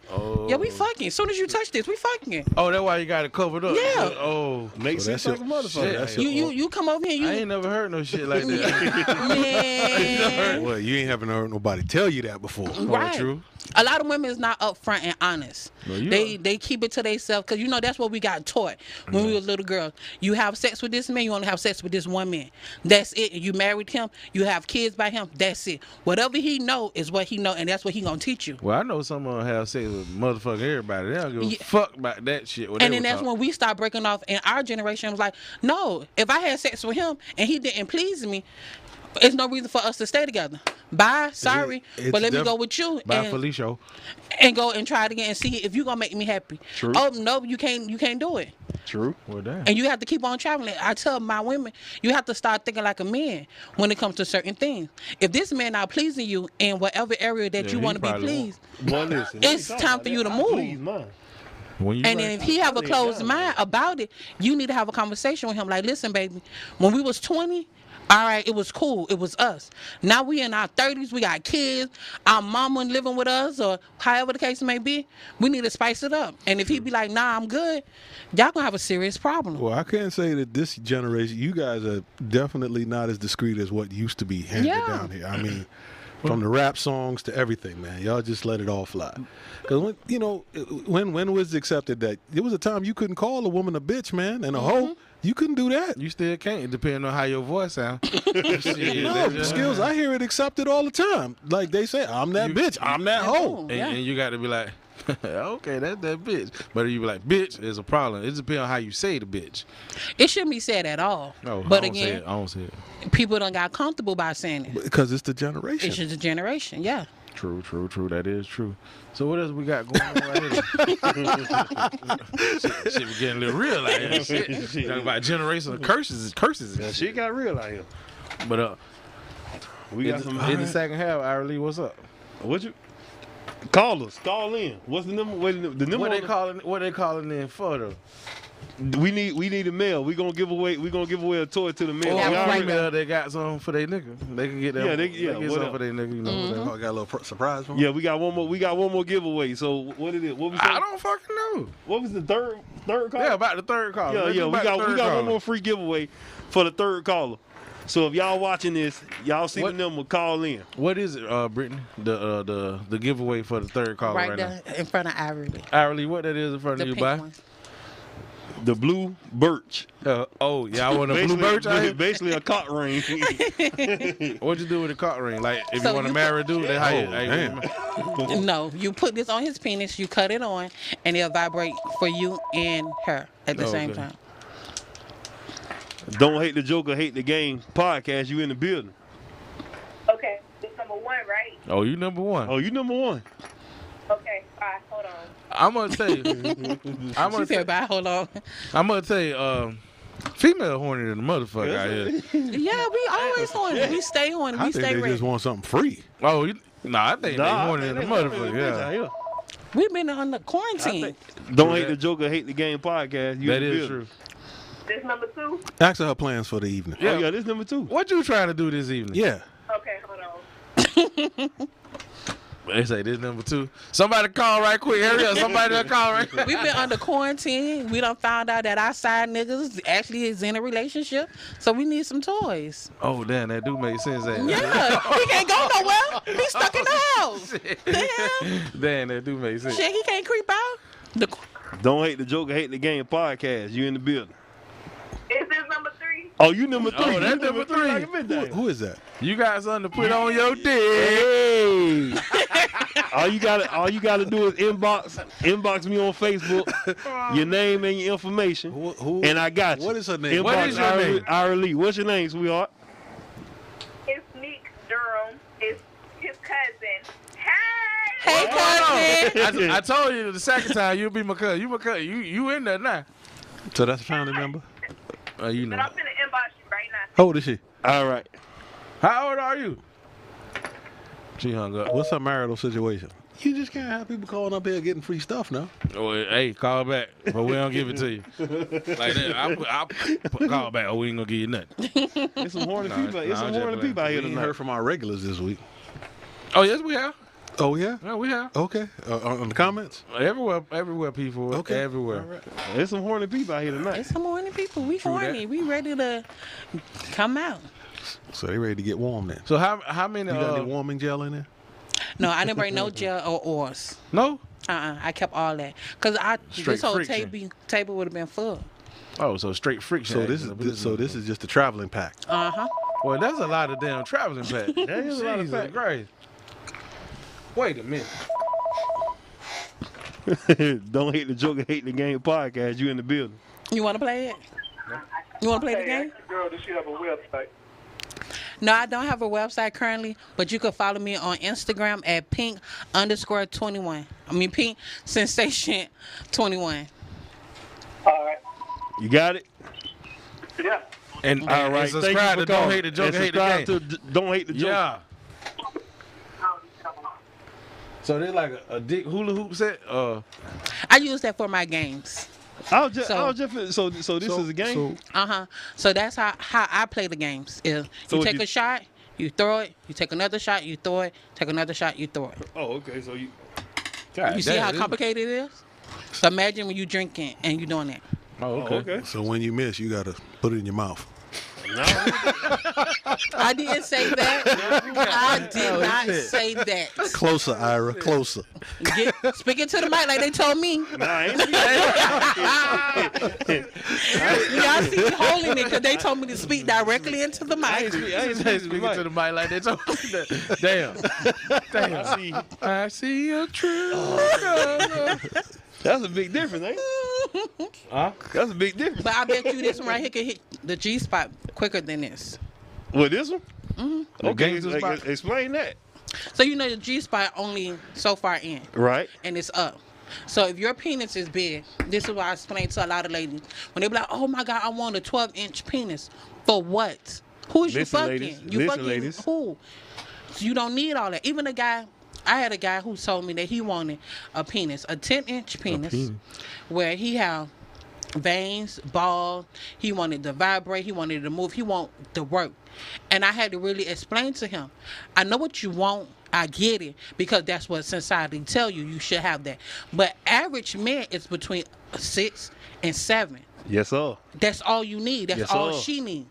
yeah, we Oh. fucking. As soon as you touch this, we fucking. Oh, that's why you got it covered up. Yeah. Oh. Makes So sense that's like a your- motherfucker. shit. That's You your- you you come over here. You I ain't never heard no shit like that. man. Well, you ain't haven't heard nobody tell you that before. Right. true. A lot of women is not upfront and honest. No, you they are. they keep it to themselves because you know that's what we got taught when we were little girls. You have sex with this man, you only have sex with this one man. That's it. You married him, you have kids by him. That's it. Whatever he know is what he know, and that's what he gonna teach you. Well, I know some of them have sex with motherfucking everybody. They don't give a Yeah. fuck about that shit. what And they was then that's talking. when we start breaking off. And our generation was like, no, if I had sex with him and he didn't please me, it's no reason for us to stay together. Bye, sorry, it's but let me def- go with you By and, Felicio. and go and try it again and see if you gonna make me happy. True. Oh no, you can't. You can't do it. True. Well, damn. And you have to keep on traveling. I tell my women, you have to start thinking like a man when it comes to certain things. If this man not pleasing you in whatever area that Yeah, you he want to be probably won't. pleased, Well, listen, It's time for you to move. Please, mine. When you and like- then if he have a Probably closed does. mind about it, you need to have a conversation with him. Like, listen, baby, when we was twenty, all right, it was cool, it was us. Now we in our thirties, we got kids, our mama living with us, or however the case may be. We need to spice it up. And if he be like, nah, I'm good, y'all gonna have a serious problem. Well, I can't say that this generation, you guys are definitely not as discreet as what used to be handed Yeah. down here. I mean, from the rap songs to everything, man, y'all just let it all fly. Because when you know, when when was it accepted that there was a time you couldn't call a woman a bitch, man, and a Mm-hmm. hoe. You couldn't do that. you still can't, depending on how your voice sound. Shit, No, that's just- skills. I hear it accepted all the time. Like they say, I'm that You- bitch. I'm that hoe. hoe. Oh, and, Oh, Yeah. and you got to be like, okay, that's that bitch. But you be like, bitch is a problem. It depends on how you say the bitch. It shouldn't be said at all. No, but I don't say again, it. Um, I don't say it. people don't got comfortable by saying it. Because it's the It's generation. just a generation, yeah. True, true, true. That is true. So what else we got going on right here? shit, shit, we getting a little real out here. Shit. Shit. Talking about generational curses, curses. Now, And shit shit. got real out here. But uh, We in, got the, some. in the second half, Irely, what's up? What you? Call us. Call in. What's the number? What, the number? What on they the- calling? What they calling in for though? we need. We need a mail. We gonna give away. We gonna give away a toy to the mail. Or Yeah, we right already now. know they got something for their nigga. They can get that. Yeah, they- yeah, get what something up? for their nigga. You know. Mm-hmm. whatever. mm-hmm. Oh, I got a little pr- surprise for me. yeah, we got one more. We got one more giveaway. So what it is? What was? I that- don't fucking know. What was the third? Third call? Yeah, about the third call. Yeah, Let's yeah, we do about the got we third got caller. one more free giveaway for the third caller. So if y'all watching this, y'all see What- the number, call in. What is it, uh, Brittany? The uh, the the giveaway for the third caller right, right now. there in front of Irene. Irely, what that is in front The of you, pink by? one. The blue birch. Uh, oh, yeah, I want a blue birch. out here? basically a cock ring. What'd you do with the cock ring? Like, if So you want to you- marry a dude, then how you? Oh, how you- damn. Oh. No, you put this on his penis, you cut it on, and it'll vibrate for you and her at the Oh, same okay. time. Don't hate the Joker, hate the game podcast. You in the building. Okay. This number one, right? Oh, you number one. Oh, you number one. Okay. All right. Hold on. I'm gonna tell you. I'm She gonna tell, said, "Bye, hold on." I'm gonna tell you. Um, female horny than the motherfucker out here. yeah, we always on. it. We stay on. it. I We think stay they ready. just want something free. Oh, you, nah, I think Nah, they horny than the motherfucker. Yeah. We've been on the quarantine. Don't hate the Joker, hate the game podcast. You That in the building. is true. This number two. Ask her her plans for the evening. Oh, yeah, this number two. What you trying to do this evening? Yeah. Okay. Hold on. They say this number two. Somebody call right quick. Hurry up. Somebody call right quick. We've been under quarantine. We done found out that our side niggas actually is in a relationship, so we need some toys. Oh, damn, that do make sense. ain't it? Yeah, he can't go nowhere. He's stuck in the house. Damn, Damn, that do make sense. shit, he can't creep out. The, Don't hate the Joker, hate the game podcast. You in the building. Is this number three? Oh, you number three. Oh, that's You number three. like a bitch Who, out here. who is that? You got something to put on your dick. Hey. all you gotta all you gotta do is inbox inbox me on Facebook, your name and your information. Who, who? And I got you. What is her name? Inbox What is your Ira- name? Ira Lee. What's your name, sweetheart? It's Nick Durham. It's his cousin. Hey. hey, cousin. I, I told you the second time you'll be my cousin. You my cousin. You you in there now? So that's a family member. Oh, you But know. I'm gonna inbox you right now. How old Oh, is she? All right. How old are you? She hung up. What's her marital situation? You just can't have people calling up here getting free stuff now. Oh, hey, call back, but we don't give it to you. Like that, I, I, I call back, or we ain't gonna give you nothing. It's some horny Nah, people. It's nah, some I'm just horny playing. people out We here ain't tonight. heard from our regulars this week. Oh yes, we have. Oh yeah. Yeah, we have. Okay. Uh, on on the comments. Everywhere, everywhere, people. Okay. everywhere. All right. It's some horny people out here tonight. It's some horny people. We that. horny. We ready to come out. So they ready to get warm then. So how how many? You got any Uh, warming gel in there? No, I didn't bring no gel or oars. no. Uh-uh. I kept all that because I Straight this whole friction. table table would have been full. Oh, so straight friction. So this is so this is just a traveling pack. Uh huh. Well, that's a lot of damn traveling back. That is a lot of pack. Christ. Wait a minute. Don't hate the joke, hate the game podcast. You in the building. You want to play it? You want to play the game? Girl, does she have a website? No, I don't have a website currently, but you can follow me on Instagram at pink underscore 21. I mean, pink sensation 21. All right. You got it? Yeah. And, and, All right. and subscribe Thank you for to Don't calling. Hate the Joke, And Hate the Game. subscribe to D- Don't Hate the Joke. yeah. Oh, So they like a, a dick hula hoop set. Uh, I use that for my games. I was just, So- I was just, so, so this So- is a game? so- Uh huh. So that's how, how I play the games. Is So you if take you- a shot, you throw it, you take another shot, you throw it, take another shot, you throw it. oh, okay. So you, You see how complicated it is? So imagine when you drinking and you doing that. Oh, okay. okay. So when you miss, you gotta put it in your mouth. I didn't say that. I did not say that. Closer, Ira. Closer. Get, speak it to the mic like they told me. Nah, I ain't Y'all see me holding it because they told me to speak directly into the I ain't mic. speak- I ain't Hey, speak speaking to to the mic like that. Damn. the mic. See, I see a true. That's a big difference, ain't it? Huh? That's a big difference. But I bet you this one right here can hit the G spot quicker than this. Well, this one? The Okay, game's a like, spot. explain that. So you know the G spot only so far in, Right. and it's up. So if your penis is big, this is why I explain to a lot of ladies when they be like, "Oh my God, I want a 12 inch penis for what? Who is you Listen, fucking? ladies. You Listen, fucking ladies. who? So you don't need all that. Even a guy." I had a guy who told me that he wanted a penis, a 10 inch penis, where he had veins, ball. He wanted to vibrate. He wanted to move. He wanted to work. And I had to really explain to him, I know what you want. I get it because that's what society tell you. You should have that. But average men is between six and seven. Yes, sir. That's all you need. That's Yes, all sir. she need.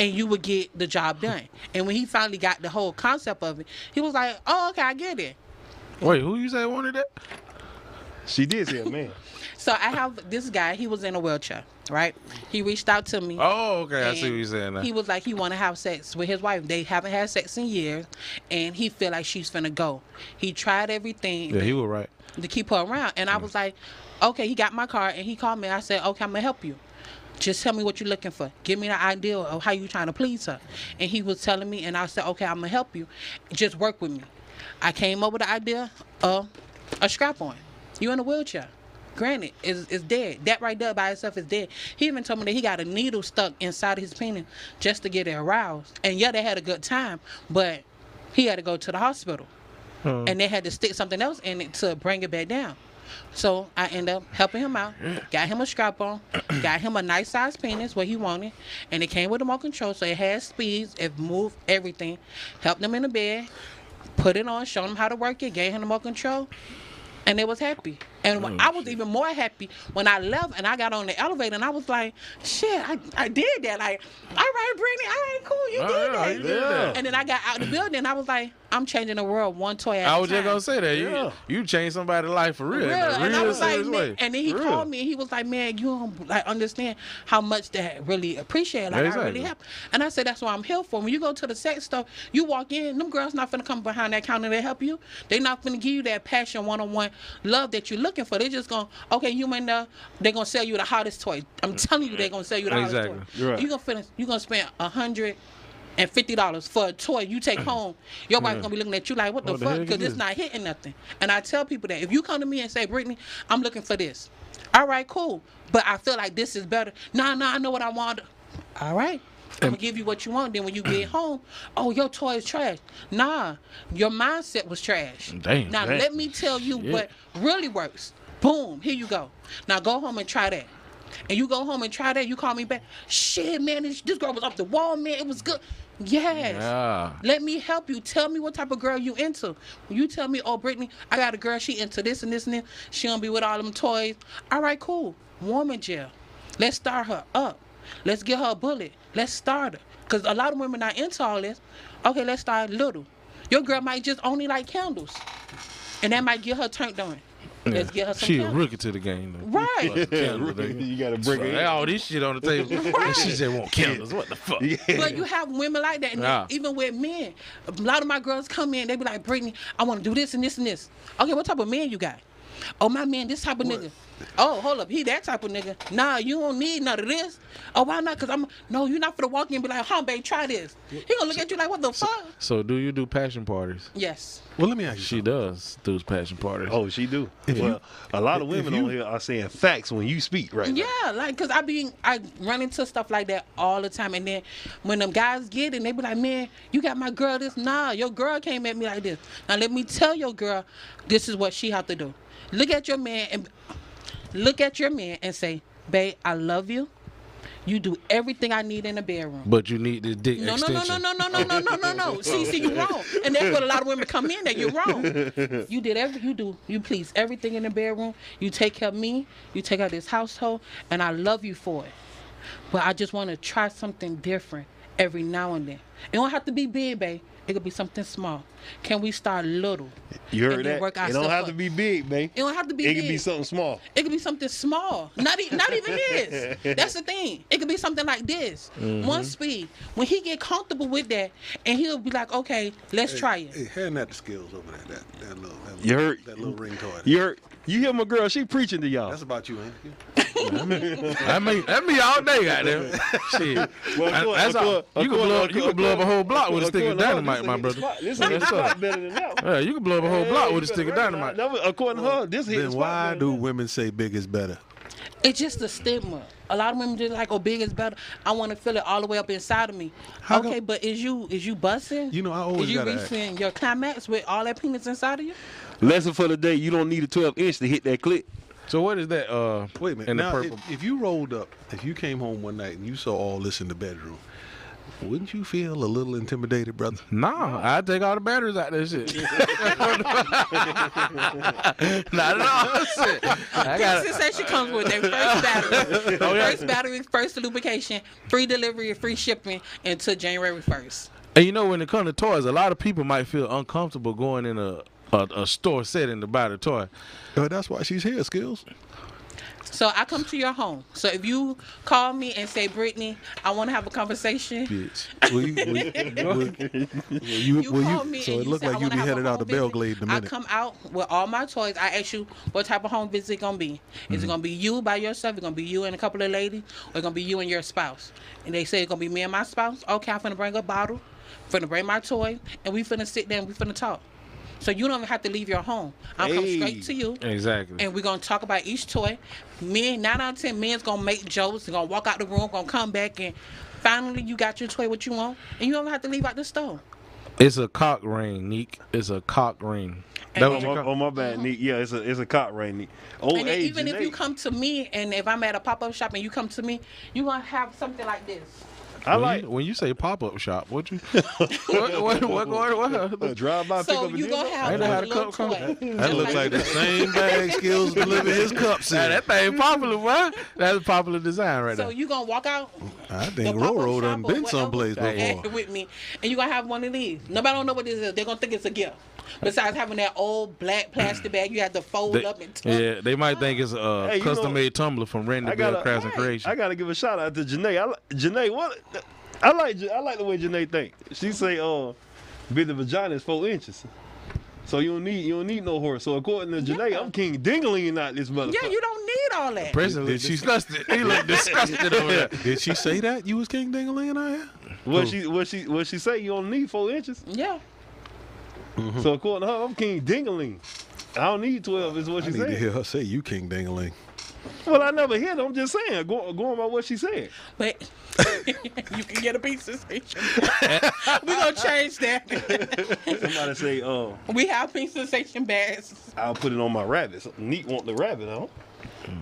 And you would get the job done. And when he finally got the whole concept of it, he was like, "Oh, okay, I get it." Wait, who you say wanted that? She did say a man. So I have this guy. He was in a wheelchair, right? He reached out to me. Oh, okay. I see and what you're saying. Now. He was like he want to have sex with his wife. They haven't had sex in years, and he feel like she's finna go. He tried everything yeah, he was right. to keep her around, and I was like, okay. He got my card, and he called me. I said, okay, I'm gonna help you. Just tell me what you're looking for. Give me the idea of how you trying to please her. And he was telling me, and I said, okay, I'm gonna help you. Just work with me. I came up with the idea of a strap on. You in a wheelchair. Granted, is is dead. That right there by itself is dead. He even told me that he got a needle stuck inside of his penis just to get it aroused. And yeah, they had a good time, but he had to go to the hospital, and they had to stick something else in it to bring it back down. So I end up helping him out, got him a strap on, got him a nice size penis, what he wanted, and it came with a remote control, so it had speeds, it moved everything. Helped him in the bed, put it on, showed him how to work it, gave him the remote control, and they was happy. And I was even more happy when I left and I got on the elevator and I was like, shit, I, I did that. Like, all right, Brittany, all right, cool, you Oh, did yeah, that. you did that. And then I got out of the building and I was like, I'm changing the world one toy at I a was just time. gonna say that you Yeah. you changed somebody's life for real, Real. in a And I real was like, serious way. man, and then he For real. called me and he was like, man, you don't like understand how much that really appreciate. Like I Exactly. really help. And I said, that's what I'm here for. When you go to the sex store, you walk in, them girls not finna come behind that counter to help you. They not finna give you that passion one on one love that you're looking for. They just gonna okay, you in there, they gonna sell you the hottest toy. I'm telling you, they gonna sell you the hottest Exactly. toy. Right. You gonna finish you gonna spend a hundred and fifty dollars for a toy you take home, your wife gonna be looking at you like, "What the What the fuck?" heck Because is it's this? not hitting nothing. And I tell people that if you come to me and say, "Brittany, I'm looking for this," all right, cool. But I feel like this is better. Nah, nah, I know what I want. All right. I'm gonna give you what you want. Then when you get home, oh, your toy is trash. Nah, your mindset was trash. Damn, Now damn. let me tell you Shit. what really works. Boom, here you go. Now go home and try that. And you go home and try that. You call me back. Shit, man, this, this girl was off the wall, man. It was good. Yes. Yeah. Let me help you. Tell me what type of girl you into. When you tell me, oh, Brittany, I got a girl. She into this and this and this. She don't be with all them toys. All right, cool. Woman jail. Let's start her up. Let's get her a bullet. Let's start her. Cause a lot of women not into all this. Okay, let's start little. Your girl might just only like candles, and that might get her turned on. Let's get her some She a counsel. rookie to the game though. Right. you gotta bring They it. all this shit on the table. And she said want candles. What the fuck? But you have women like that, and Yeah. even with men, a lot of my girls come in, they be like, "Brittany, I want to do this and this and this." Okay, what type of man you got? Oh, my man, this type of nigga. Oh, hold up, he that type of nigga. Nah, you don't need none of this. Oh, why not? Cause I'm no, you're not for the walk in and be like, "Huh, babe, try this." He gonna look at you like, "What the fuck?" So do you do passion parties? Yes. Well, let me ask you. She does do passion parties. Oh, she do. well, a lot of women on here are saying facts when you speak, right? now. Yeah, like, cause I be I run into stuff like that all the time, and then when them guys get it, they be like, "Man, you got my girl this." Nah, your girl came at me like this. Now let me tell your girl, this is what she have to do. Look at your man and look at your man and say, "Babe, I love you. You do everything I need in the bedroom." But you need the dick No, no, extension. no, no, no, no, no, no, no, no, no. See, see, you wrong, and that's what a lot of women come in. That you're wrong. You did every, you do, you please everything in the bedroom. You take care of me. You take care of this household, and I love you for it. But I just want to try something different every now and then. It don't have to be big, babe. It could be something small. Can we start little? You heard And then that? work our it don't stuff have up. to be big, man. It don't have to be It big. can be something small. It could be something small. Not e- not even this. That's the thing. It could be something like this. Mm-hmm. One speed. When he get comfortable with that, and he'll be like, okay, let's try Hey, it. hand that the skills over there. That that little that little, You heard- that little ring toy. You heard? You hear my girl? She preaching to y'all. That's about you, ain't it? That me, that me all day, goddamn. Shit. Well, of course, that's of all. course, of course, of you can blow, you course, can blow up a whole block with a Of stick of course, no, dynamite, this my nigga brother. spot- This Yeah, is that's all. spot better than that. Yeah, you can blow up a whole block with a stick of dynamite. No, according to her, this here Then is why spot do better than women say big is better? It's just the stigma. A lot of women just like, oh, big is better. I want to feel it all the way up inside of me. How okay, come- but is you is you busting? You know, I always is you gotta ask. reaching your climax with all that penis inside of you? that. Lesson for the day: You don't need a 12 inch to hit that clip. So what is that? Uh, Wait a minute. In the now, purple. If, if you rolled up, if you came home one night and you saw all this in the bedroom, wouldn't you feel a little intimidated, brother? Nah, I take all the batteries out of that shit. Not at all. Shit. I got This sensation comes with their first battery. Oh, yeah. First battery, first lubrication, free delivery, free shipping until January 1st. And you know, when it comes to toys, a lot of people might feel uncomfortable going in a a, a store setting to buy the toy. Oh, that's why she's here, skills. So I come to your home. So if you call me and say, Brittany, I want to have a conversation. Bitch. Will you, will you, will- will you- You will you- call me so and it you looked say, I like you'd wanna be have a headed out home to visit. Belgrade in a I minute. come out with all my toys. I ask you what type of home visit gonna be. Is Mm-hmm. it gonna be you by yourself? It's gonna be you and a couple of ladies, or it gonna be you and your spouse? And they say it's gonna be me and my spouse. Okay, I'm finna bring a bottle, finna bring my toy, and we finna sit there and we finna talk. So you don't even have to leave your home. I'll come Hey. straight to you. Exactly. and we're gonna talk about each toy. Men, nine out of ten men's gonna make jokes, gonna walk out the room, gonna come back and finally you got your toy what you want and you don't have to leave out the store. It's a cock ring, Neek. It's a cock ring. That And On what you Oh, my, call- on my bad, Nick. Yeah, it's a it's a cop right, Nick. Old and then age, even if Janae, you come to me and if I'm at a pop up shop and you come to me, you gonna have something like this. I when like you, when you say pop up shop, what you what what what, what, uh, what drive by. so pick up you a gonna dildo. have Ain't that how a the little cup come- toy. That looked like the same bag skills delivered his cups Nah, in. that thing popular, boy. That's a popular design right So there. you gonna walk out I the think pop-up Roro done shop or been someplace whatever before. with me, and you gonna have one of these. Nobody don't know what this is. They're gonna think it's a gift. Besides having that old black plastic bag, you had to fold They- up and tuck. yeah, they might think it's a Hey, you know- custom made tumbler from Randy I Bell gotta- Crafts and Right. Creation. I gotta give a shout out to Janae. I li- Janae, what? I like Ja- I like the way Janae think. She say, "Uh, bitch, the vagina is four inches, so you don't need you don't need no horse." So according to Janae, Yeah. I'm King Dingling, not this motherfucker. Yeah, you don't need all that. Preston Did looked she- disgusted. He looked disgusted over there. Did she say that you was King Dingaling out here? what she what she what she say? You don't need four inches. Yeah. Mm-hmm. So according to her, I'm King Dingling. I don't need twelve. Is what I she need to said. hear her say you King Dingaling. Well, I never hear. Them. I'm just saying, go, going by what she said. But you can get a pizza station. We're gonna change that. Somebody say, "Uh, we have pizza station bags. I'll put it on my rabbits." Neat want the rabbit, huh?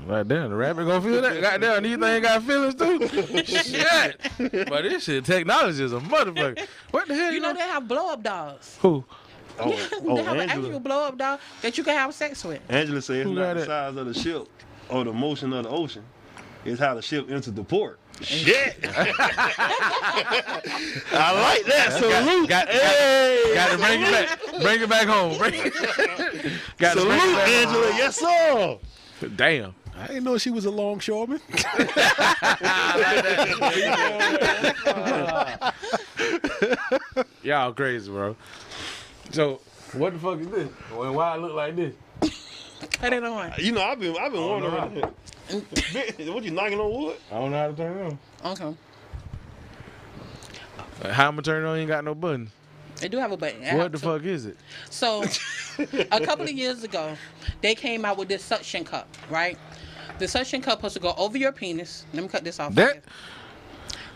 Right damn, the rabbit gonna feel that. Goddamn, these things got feelings too. Shit. But this shit, technology is a motherfucker. What the hell? You know gonna- they have blow up dolls. Who? Oh, oh they have an actual Angela. blow up doll that you can have sex with. Angela says it's Who not got the it? size of the ship or the motion of the ocean. It's how the ship entered the port. Shit. I like that. Salute. Got, hey. got to bring it back. Bring it back home. Bring it. Got to Salute, bring it back home. Angela. Yes, sir. Damn. I didn't know she was a longshoreman. Y'all crazy, bro. So what the fuck is this? Why why it look like this? Cut it on. You know, I've been I've been wondering. know around here. what you knocking on wood? I don't know how to turn it on. Okay. How I'ma turn it on? Ain't got no button. They do have a button. I What have the to- fuck is it? So, a couple of years ago, they came out with this suction cup, right? The suction cup supposed to go over your penis. Let me cut this off. That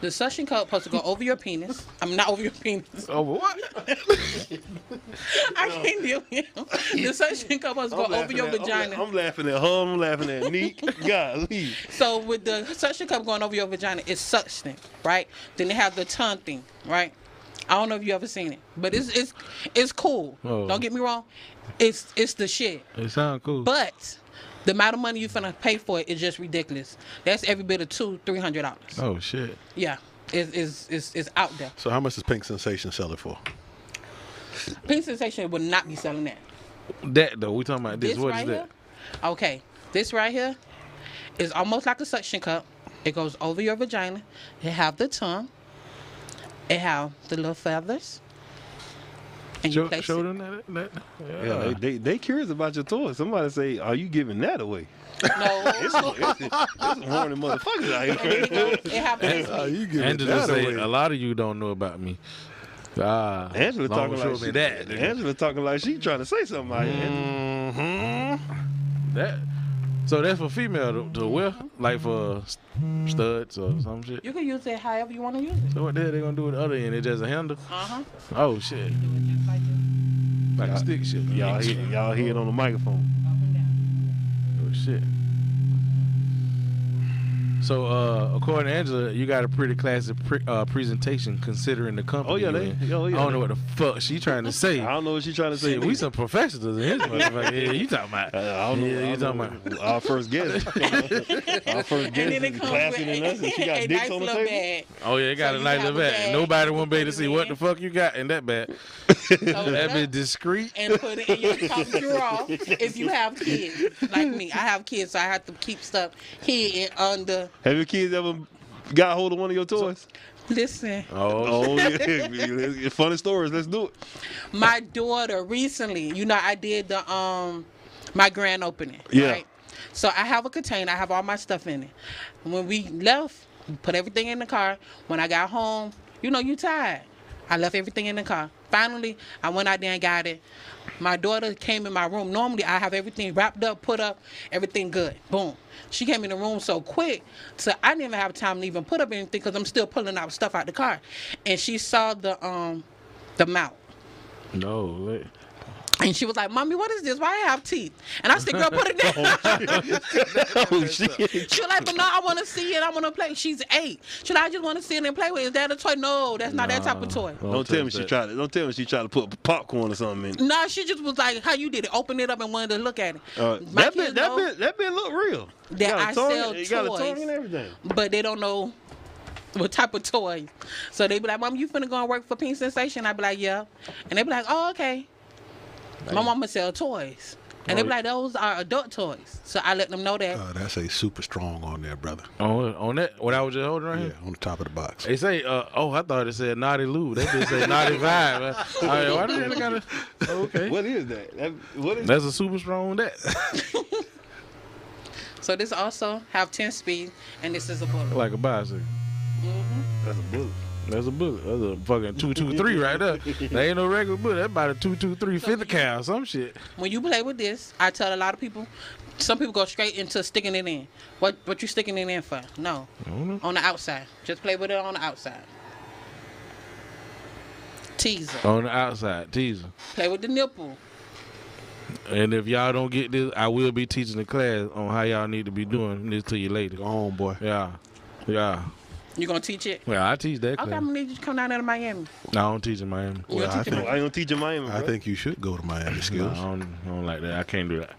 The suction cup supposed to go over your penis. I'm not over your penis. oh what? I can't deal with him. The suction cup supposed to go over laughing your at- I'm la- vagina. I'm, laughing at hum. I'm laughing at Neek. Golly. So with the suction cup going over your vagina, it's suctioning, right? Then they have the tongue thing, right? I don't know if you ever seen it, but it's it's it's cool. Oh. Don't get me wrong, it's it's the shit. It sound cool. But the amount of money you finna pay for it is just ridiculous. That's every bit of two, three hundred dollars. oh shit. Yeah, it's is is is out there. so how much does Pink Sensation sell it for? Pink Sensation would not be selling that. That though, we talking about this. What is right that? here, okay, this right here is almost like a suction cup. It goes over your vagina. It have the tongue. It have the little feathers. And you Show, place show it. them that. that- Yeah, they, they they curious about your toy. Somebody say, "Are you giving that away?" No, It's warning motherfuckers out it here. goes- it have Oh, placement. you give it Angela that say a away. lot of you don't know about me. Ah, Angela long talking like show she, me that. nigga. Angela talking like she trying to say something out here. That. So that's for female to, to wear, like for st- studs or some shit. You can use it however you want to use it. So what the hell they gonna do with the other end? It's just a handle. Uh Uh-huh. huh. Oh shit, like a stick shit. Y'all hear y'all hear it on the microphone. Oh shit. So uh, according to Angela, you got a pretty classic pre- uh, presentation considering the company. Oh, yeah, you they- in. oh, yeah, I don't they- know what the fuck she trying to say. I don't know what she trying to say. Shit, we some professionals in this motherfucker. Yeah, you talking about? Uh, I don't know. Yeah, you I don't talking know. Our first guest. Our first And guest then it is comes classy than us, with and she a, got a dicks nice on the little table. bag. Oh yeah, it got So a you nice have little a bag. bag. Nobody want to be to see what the Yeah. fuck you got in that bag. Open That up bitch discreet. and put it in your top drawer if you have kids like me. I have kids, so I have to keep stuff hidden under. Have your kids ever got hold of one of your toys? Listen, Oh Oh, yeah, funny stories. Let's do it. my daughter recently, you know, I did the um my grand opening. Yeah. Right? So I have a container. I have all my stuff in it. When we left, we put everything in the car. When I got home, you know, you tired. I left everything in the car. Finally, I went out there and got it. My daughter came in my room. Normally, I have everything wrapped up, put up, everything good. Boom. She came in the room so quick, so I didn't even have time to even put up anything because I'm still pulling out stuff out the car. And she saw the um, the mount. no. wait. And she was like, Mommy, what is this? Why I have teeth? And I said, Girl, put it down. Oh shit. she was like, But no, I want to see it. I want to play. She's eight. She like, I just want to see it and play with it. Is that a toy? No, that's not that type of toy. Don't tell me touch she that. tried to. Don't tell me she tried to put popcorn or something in. it. No, she just was like, How you did it? Open it up and wanted to look at it. Uh, My that kids bit, that know, bit, that bit look real. That It got a I tongue- sell it got a tongue toys. and everything. But they don't know what type of toy. So they be like, Mom, you finna go and work for Pink Sensation? I'd be like, Yeah. And they be like, Oh, okay. My mama sell toys. And they be like, Those are adult toys. So I let them know that. Uh, that's a super strong on there, brother. On on that, what I was just holding right Yeah, here. on the top of the box. They say, uh, oh, I thought it said naughty Lou. That bitch say naughty vibe. All right, why do they gotta? Okay, What is that? that what is that's a super strong that. So this also have 10 speed, and this is a bullet. like a bicycle. Mm-hmm. That's a bullet. That's a bullet. That's a fucking two two three right there. That ain't no regular bullet. That's about a two two three fifty cal some shit. When you play with this, I tell a lot of people, some people go straight into sticking it in. What what you sticking it in for? No, don't on the outside. Just play with it on the outside. Teaser. On the outside, teaser. Play with the nipple. And if y'all don't get this, I will be teaching the class on how y'all need to be doing this to you later. Go on, boy. Yeah, yeah. You gonna teach it? Well, I teach that class. Okay, I'm gonna need you to come down there to Miami. No, I don't teach in Miami. You Well, gonna I teach it? think, I don't teach in Miami. I bro. think you should go to Miami No, I Skills. don't, I don't like that. I can't do that.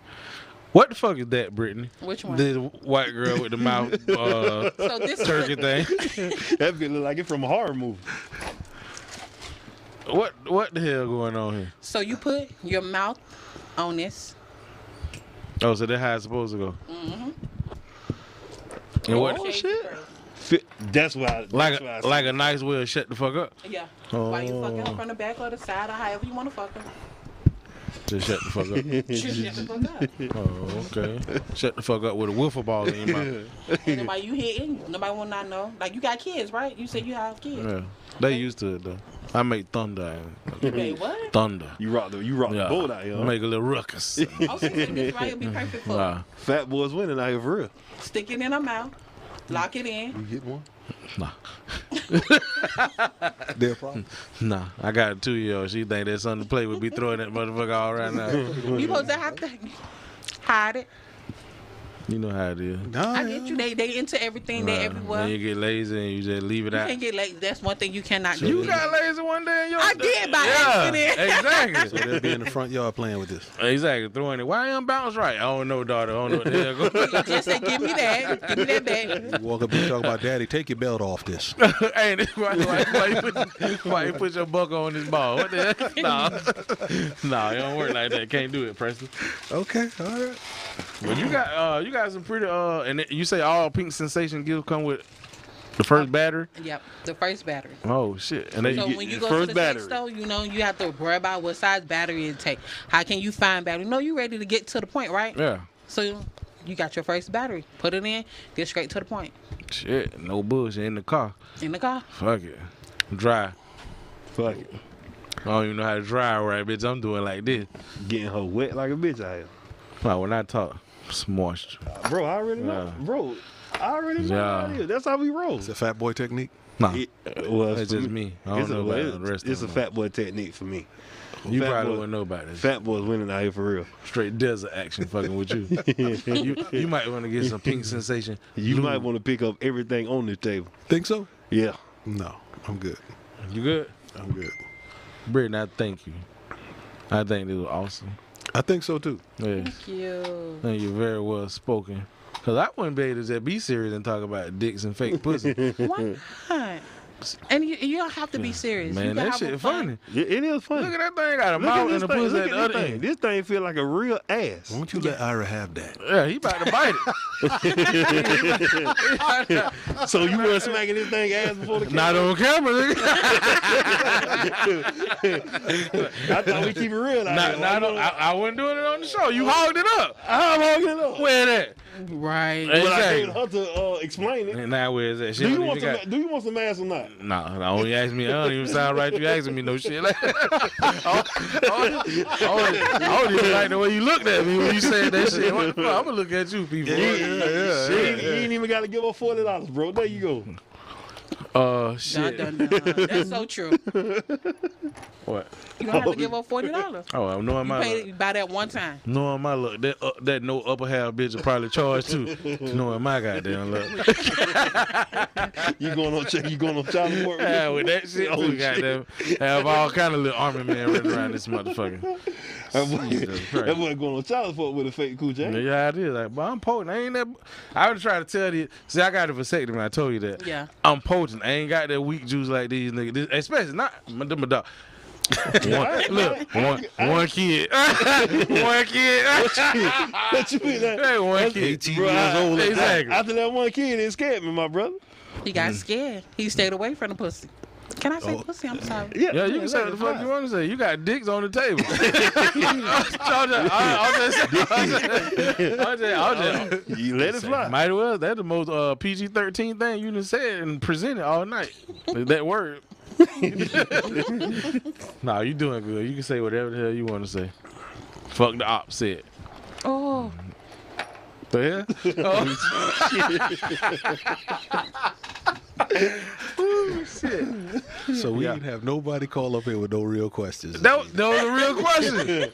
What the fuck is that, Brittany? Which one? The white girl with the mouth uh, So this turkey thing. that bit look like it from a horror movie. What what the hell going on here? So you put your mouth on this. Oh, so that's how it's supposed to go. Mm-hmm. And what? Okay, Fit- That's why. That's Like why I a, said- like a nice way to shut the fuck up. Yeah. While you fucking Oh. up from the back or the side or however you want to fuck them. To shut the fuck up. Shut the fuck up. oh, okay. Shut the fuck up with a wiffle ball in your mouth. And nobody you hitting, nobody will not know. Like you got kids, right? You said you have kids. Yeah, they used to it though. I make thunder, You made what? thunder. you rock the you rock Yeah, the boat out here. huh? make a little ruckus. Oh, she said this right would be perfect for nah, Fat boys winning out here for real. stick it in her mouth, lock it in. You get one? nah, Their problem. nah. I got a two year old. She think that's something to play with. Be throwing that motherfucker all right now. You supposed to have to hide it. You know how it is. Nah, I get you. They they into everything. They everywhere. Then you You get lazy and you just leave it out. can't get late. That's one thing you cannot do. You got lazy one day in your I did by accident. yeah, So exactly. they'll be in the front yard playing with this. exactly. Throwing it. Why am bounce right? I don't know, daughter. I don't know what the hell. going- Just say, give me that. Give me that back. You walk up and talk about daddy, take your belt off this. hey, this- why, why, why, you put, why you put your buckle on this ball? What the hell? Nah, nah, it don't work like that. Can't do it, Preston. okay, all right. But you got uh, you got some pretty uh, and it- you say all pink sensation gifts come with the first battery. Yep, the first battery. Oh shit! And they Oh. So get when your you go first to the sex battery. store, you know you have to worry about what size battery it take. How can you find battery? No, you ready to get to the point, right? yeah, So you got your first battery. Put it in. Get straight to the point shit, no bullshit in the car. in the car. Fuck it, dry. Fuck it, I don't even know how to drive right, bitch. I'm doing like this. getting her wet like a bitch out here. Like when I talk, it's moisture. Bro, I already know, Yeah. bro. I already know Yeah. how it is. That's how we roll. It's a fat boy technique. Nah, It- well, That's for just me. I don't it's a, know about well, the rest It's, it's of a them. fat boy technique for me. you fat probably boy- wouldn't know about this. Fat boys winning out here for real. Straight desert action, fucking with you. you, you might want to get some pink sensation. You Blue. might want to pick up everything on this table. Think so? Yeah. No, I'm good. You good, I'm good. Brittany? I thank you. I think this was awesome. I think so too. Yes. Cute. Thank you. Very well spoken. Cause I wouldn't be able to just be serious and talk about dicks and fake pussy. Why not? And you, you don't have to be serious. you Man, can that have a shit funny. fun- It, it is funny. Look at that thing got a Look at mouth and a thing. pussy Look at the at other this thing. end. This thing feel like a real ass. Won't you let Ira have that? Yeah, he about to bite it. so you were smacking this thing ass before the Not on camera. nigga. I thought we keep it real. out not, here. not on, I, I wasn't doing it on the show. You hogged it up. I'm hogging it up. Where that? Right. But I gave Exactly. her to uh, explain it. And now where's that shit? Do you don't want even some? got- Do you want some ass or not? Nah, nah, don't you ask me. I don't even sound right. You asking me no shit like that. I don't- I don't- I don't- I don't even like the way you looked at me when you said that shit. What the fuck? I'm gonna look at you, people. You ain't, you ain't even got to give her forty dollars, bro. There you go. Uh, Nah, shit. nah, nah. That's so true. You What? don't have to give up forty dollars. Oh, I'm knowing You my paid luck. it by that one time. Knowing my luck, that uh, that no upper half bitch will probably charge too. knowing my goddamn luck. You going on check? You going on child support? Yeah, with that shit, Oh, too, goddamn. Have all kind of little army men running around this motherfucker. That boy, Jesus Christ. that boy going on child support with a fake coochie. ain't he? Yeah, it is. Like, but I'm potent. I ain't that. I was trying to tell you. See, I got a vasectomy. I told you that. Yeah. I'm potent. I ain't got that weak juice like these niggas. This, especially not my, my dog. One, look, one, one kid, one kid. What you mean that? hey, one kid. 18 Bro, years I- old. I- Exactly. After that one kid, it scared me, my brother. He got Mm. scared. He stayed away from the pussy. Can I Oh. say pussy? I'm sorry. Yeah, you can say what the fuck you want to say. You got dicks on the table. I'm just- I'm just- I'm just- I'm just- I'm just- want. You let it fly. Might as well. That's the most uh, PG thirteen thing you done said and presented all night. that word. nah, you doing good. You can say whatever the hell you want to say. Fuck the op said. Oh, The hell? Oh. Ooh, shit. So we didn't have nobody call up here with no real questions. That was, that was a real question.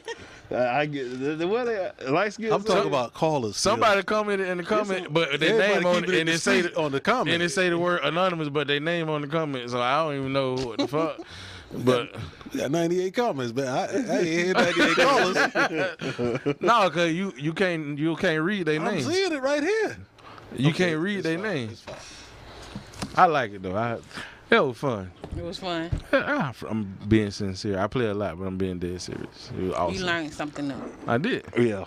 Uh, I, I get the, the way they light skin. I'm talking about callers. Phil. Somebody commented in the comment, but their Everybody name on keeping it, and it they say discreet the, on the and comment. they say the word anonymous, but their name on the comment, so I don't even know what the fuck. But We got 98 comments, but I, I ain't hear 98 callers. No, cause you you can't you can't read their I'm name. seeing it right here. You can't read their name. I like it though. I That was fun. It was fun. Yeah, I- I'm being sincere. I play a lot, but I'm being dead serious. It was awesome. You learned something new. I did. Yeah.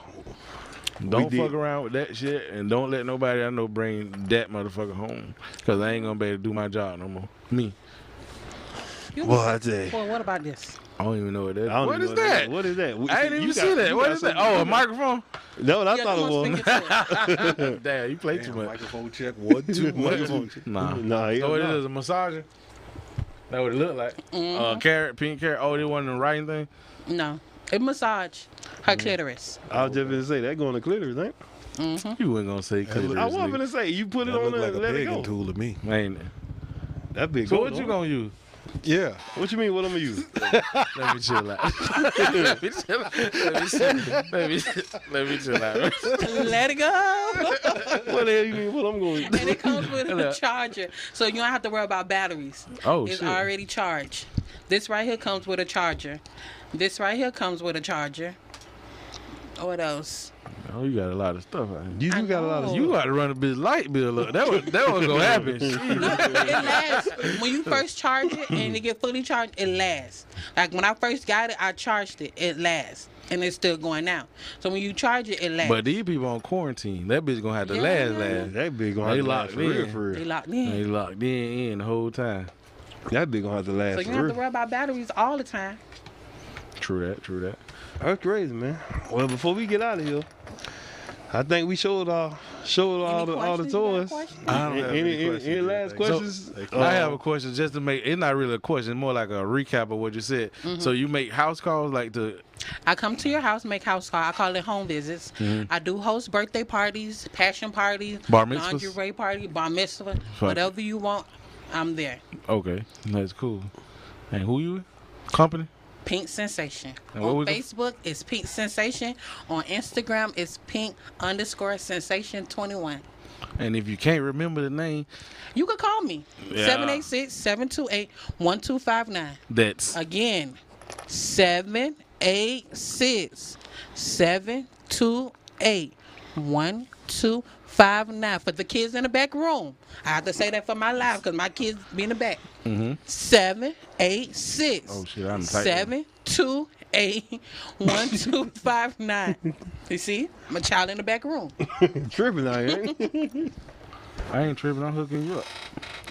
Don't did. fuck around with that shit, and don't let nobody I know bring that motherfucker home, cause I ain't gonna be able to do my job no more. Me, You Well, I tell you. Well, what about this? I don't even know what that. I don't What even is know that? What is that? I didn't You even got- see that. you What got is that? something- Oh, a microphone. No, I Yeah, thought come it on, was. speak into it. Damn, you play too Damn, much. microphone check. One, two, microphone check. Nah. Nah, yeah, So what it nah. is a massager. That what it looked like. Uh, carrot, pink carrot. Oh, they wasn't the writing thing. No, it massaged Mm. her clitoris. I was just gonna say that going to clitoris, ain't? it? You wasn't gonna say clitoris. I was nigga. gonna say you put it That on looked there like and a let it begging go. tool to me. Ain't it? That big. So what you gonna use? Yeah. What you mean? What I'm gonna use? Let me chill out. let me chill out. Let me, chill. Let, me, let me chill out. Let it go. what the hell you mean? What I'm gonna? and it comes with a charger, so you don't have to worry about batteries. Oh it's shit. already charged. This right here comes with a charger. This right here comes with a charger. What else? oh, you got a lot of stuff. Out here. You I do got a lot of. know. You got to run a bit light bill up. That was that was gonna happen. Shit. it lasts. When you first charge it and it get fully charged, it lasts. Like when I first got it, I charged it. It lasts. And it's still going now. So when you charge it, it lasts. But these people on quarantine. That bitch gonna have to Yeah. last Yeah, last. That big gonna They have to locked last for real, in. for they real. locked They in. locked in in the whole time. That big gonna have to last So you for don't have to real. worry about batteries all the time. True that. True that. That's crazy, man. Well, before we get out of here, I think we showed all showed all the all the questions? You got a toys. question? I don't Any, have any, any questions. any last So, questions? Uh, like, I have a question just to make. It's not really a question. More like a recap of what you said. Mm-hmm. So you make house calls like to. I come to your house, make house call. I call it home visits. I do host birthday parties, passion parties, Mm-hmm. Bar mitzvahs? lingerie party, bar mitzvah, whatever you want. I'm there. Okay, that's cool. And who you? with? Company. Pink Sensation. And what on was the- Facebook, it's Pink Sensation. On Instagram, it's Pink underscore Sensation 21. And if you can't remember the name, You can call me Yeah. 786 728 1259. that's Again, 786 728 1259. For the kids in the back room, I have to say that for my life because my kids be in the back. Seven, eight, six. Mm-hmm. Oh, shit, I'm tight. Seven, two, eight, one, two, five, nine. You see? I'm a child in the back room. tripping out here. I ain't tripping. I'm hooking you up.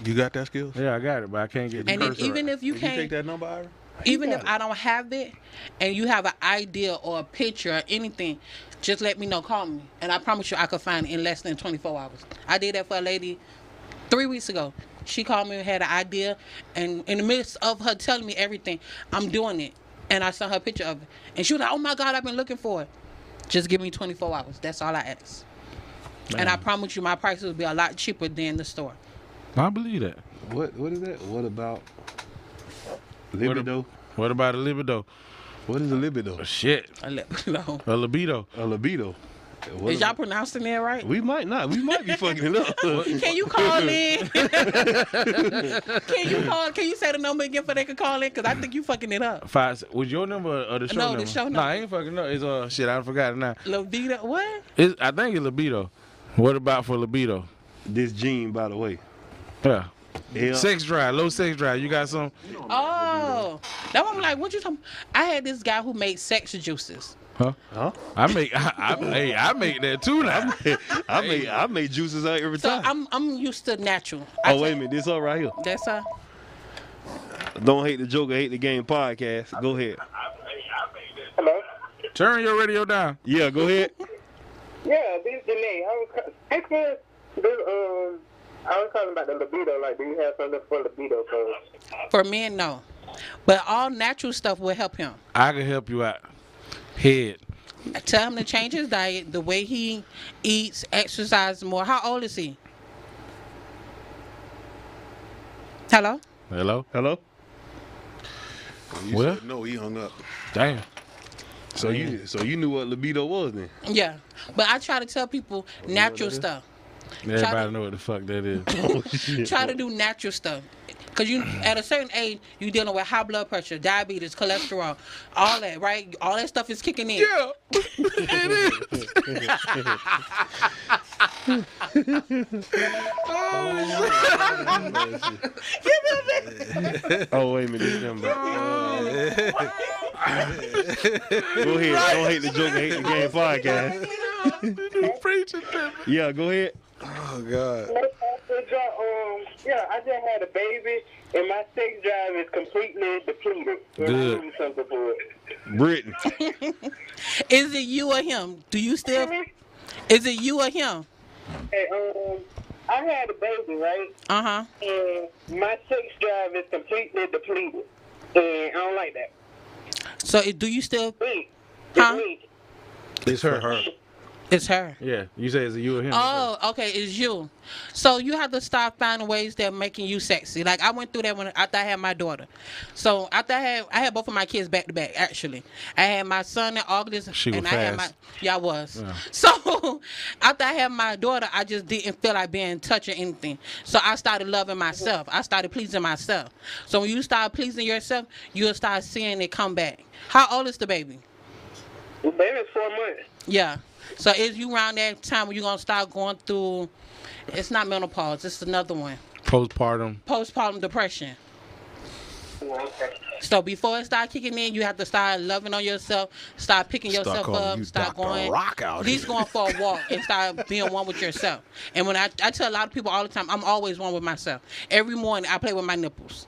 You got that skill? Yeah, I got it, but I can't get the And if, cursor. even if you Did you can't take that number, Ira? even if I don't have it and you have an idea or a picture or anything, just let me know. Call me. And I promise you I could find it in less than 24 hours. I did that for a lady three weeks ago. She called me and had an idea. And in the midst of her telling me everything, I'm doing it. And I saw her picture of it. And she was like, oh my God, I've been looking for it. Just give me 24 hours. That's all I ask. And I promise you, my prices will be a lot cheaper than the store. I believe that. what what is that? What about What a- libido? What about a libido? What is a libido? Shit, I let you know. a libido. A libido. What Is ab- y'all pronouncing that right? we might not. We might be fucking it up. Can you call in? can you call? Can you say the number again for they can call in? Cause I think you fucking it up. Five. Was your number or the show No, the number? show Nah, I number. ain't fucking know. It's uh shit. I forgot it now. Lovita, what? It's, I think it's libido. What about for libido? this gene, by the way. Yeah. L- Sex drive, low sex drive. You got some? Oh, that one. I'm like, what you talking? I had this guy who made sex juices. Huh? Huh? I make. I, I, hey, I make that too now. I made I made juices out every So time. I'm I'm used to natural. I oh wait a take- minute, this all right here. That's a Don't hate the Joker, hate the game podcast. Go ahead. Hello? Turn your radio down. Yeah, go ahead. Yeah, this is Janae. I was, ca- this is, this, um, I was calling about the libido. Like, do you have something for libido? Cause for men, no. But all natural stuff will help him. I can help you out. Head. Tell him to change his diet, the way he eats, exercise more. How old is he? Hello. Hello. Hello? You Well- said no, he hung up. Damn. So you so you knew what libido was then. Yeah, but I try to tell people natural stuff. Everybody know what the fuck that is. Oh shit. Try to do natural stuff, cause you at a certain age you dealing with high blood pressure, diabetes, cholesterol, all that, right? All that stuff is kicking in. yeah. it is. Oh, wait a minute. It's number. go ahead. Don't hate the joke. Hate the game podcast. Yeah, go ahead. Oh God. Um, yeah, I just had a baby, and my sex drive is completely depleted. So I Good. need something for it. Britain. Is it you or him? Do you still? Hey, Is it you or him? um, I had a baby, right? Uh huh. And my sex drive is completely depleted, and I don't like that. So it- do you still? Me, Huh? me. It's her. her. It's her. Yeah, you say it's you or him. Oh, okay, it's you. So you have to stop finding ways that are making you sexy. Like I went through that when after I had my daughter. So after I had I had both of my kids back to back. Actually, I had my son in August, She was and I had my fast. yeah I was. So after I had my daughter, I just didn't feel like being touched or anything. So I started loving myself. I started pleasing myself. So when you start pleasing yourself, you'll start seeing it come back. How old is the baby? The baby's four months. Yeah. So is you around that time when you're gonna start going through it's not menopause, it's another one. Postpartum. Postpartum depression. Yeah, okay. So before it start kicking in, you have to start loving on yourself, start picking Start yourself calling up, you start Dr. going Rock out at least here. going for a walk and start being one with yourself. And when I, I tell a lot of people all the time, I'm always one with myself. Every morning I play with my nipples.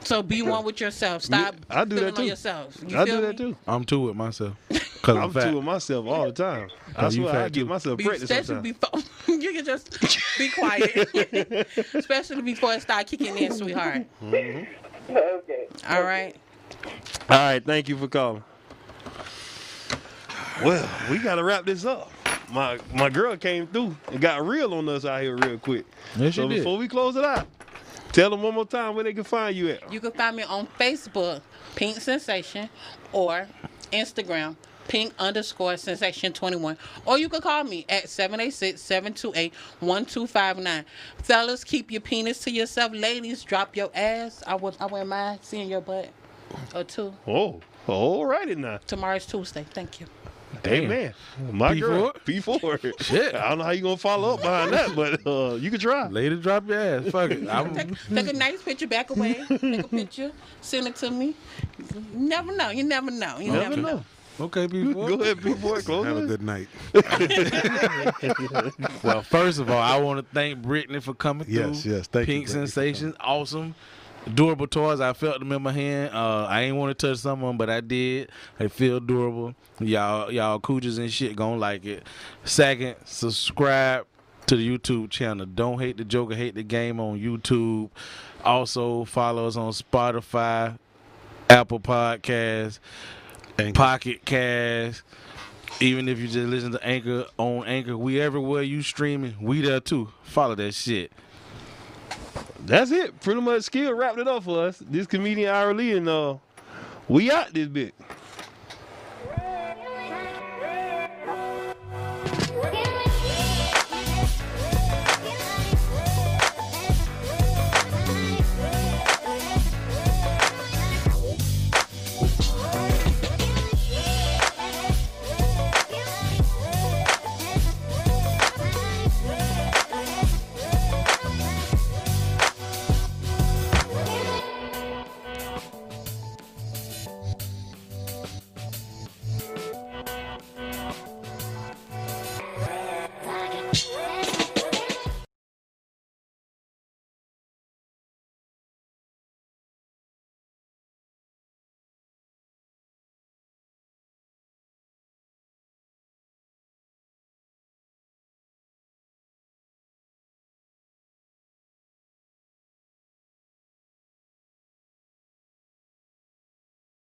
So be one with yourself. Stop I do that feeling on too. yourself. You I do feel me? that too. I'm two with myself. Cause I'm, I'm fat. two of myself all the time. I Oh, you swear I fat get too. myself Be- pregnant especially sometimes. before you can just be quiet. especially before it start kicking in, sweetheart. Okay. All right. All right, thank you for calling. Well, we gotta wrap this up. My my girl came through and got real on us out here real quick. Yes, she so did. before we close it out, tell them one more time where they can find you at. You can find me on Facebook, Pink Sensation, or Instagram, Pink underscore Sensation 21. Or you can call me at 786 728 1259. Fellas, keep your penis to yourself. Ladies, drop your ass. I, would, I wouldn't mind seeing your butt or two. Oh, all righty now. Tomorrow's Tuesday. Thank you. Hey man, my P girl, four? P four. Shit. I don't know how you gonna follow up behind that, but uh, you can try. Lady, drop your ass. Fuck it. I'm, Mm-hmm. Take, take a nice picture, back away. Take a picture, send it to me. You never know. You never know. You never, Never know. know. okay, people. Go ahead, P four. Close Have a it. good night. Well, first of all, I want to thank Brittany for coming Yes, through. yes, thank you, Pink Brittany, for Sensations, awesome. Durable toys, I felt them in my hand. Uh, I ain't want to touch someone, but I did. They feel durable. Y'all, y'all coochers and shit gonna like it. Second, subscribe to the YouTube channel. Don't hate the Joker, hate the game on YouTube. Also, follow us on Spotify, Apple Podcasts, Anchor. Pocket Cast. Even if you just listen to Anchor on Anchor, we everywhere you streaming, we there too. Follow that shit. That's it. Pretty much skill wrapped it up for us. This comedian Ira Lee and uh we out this bit.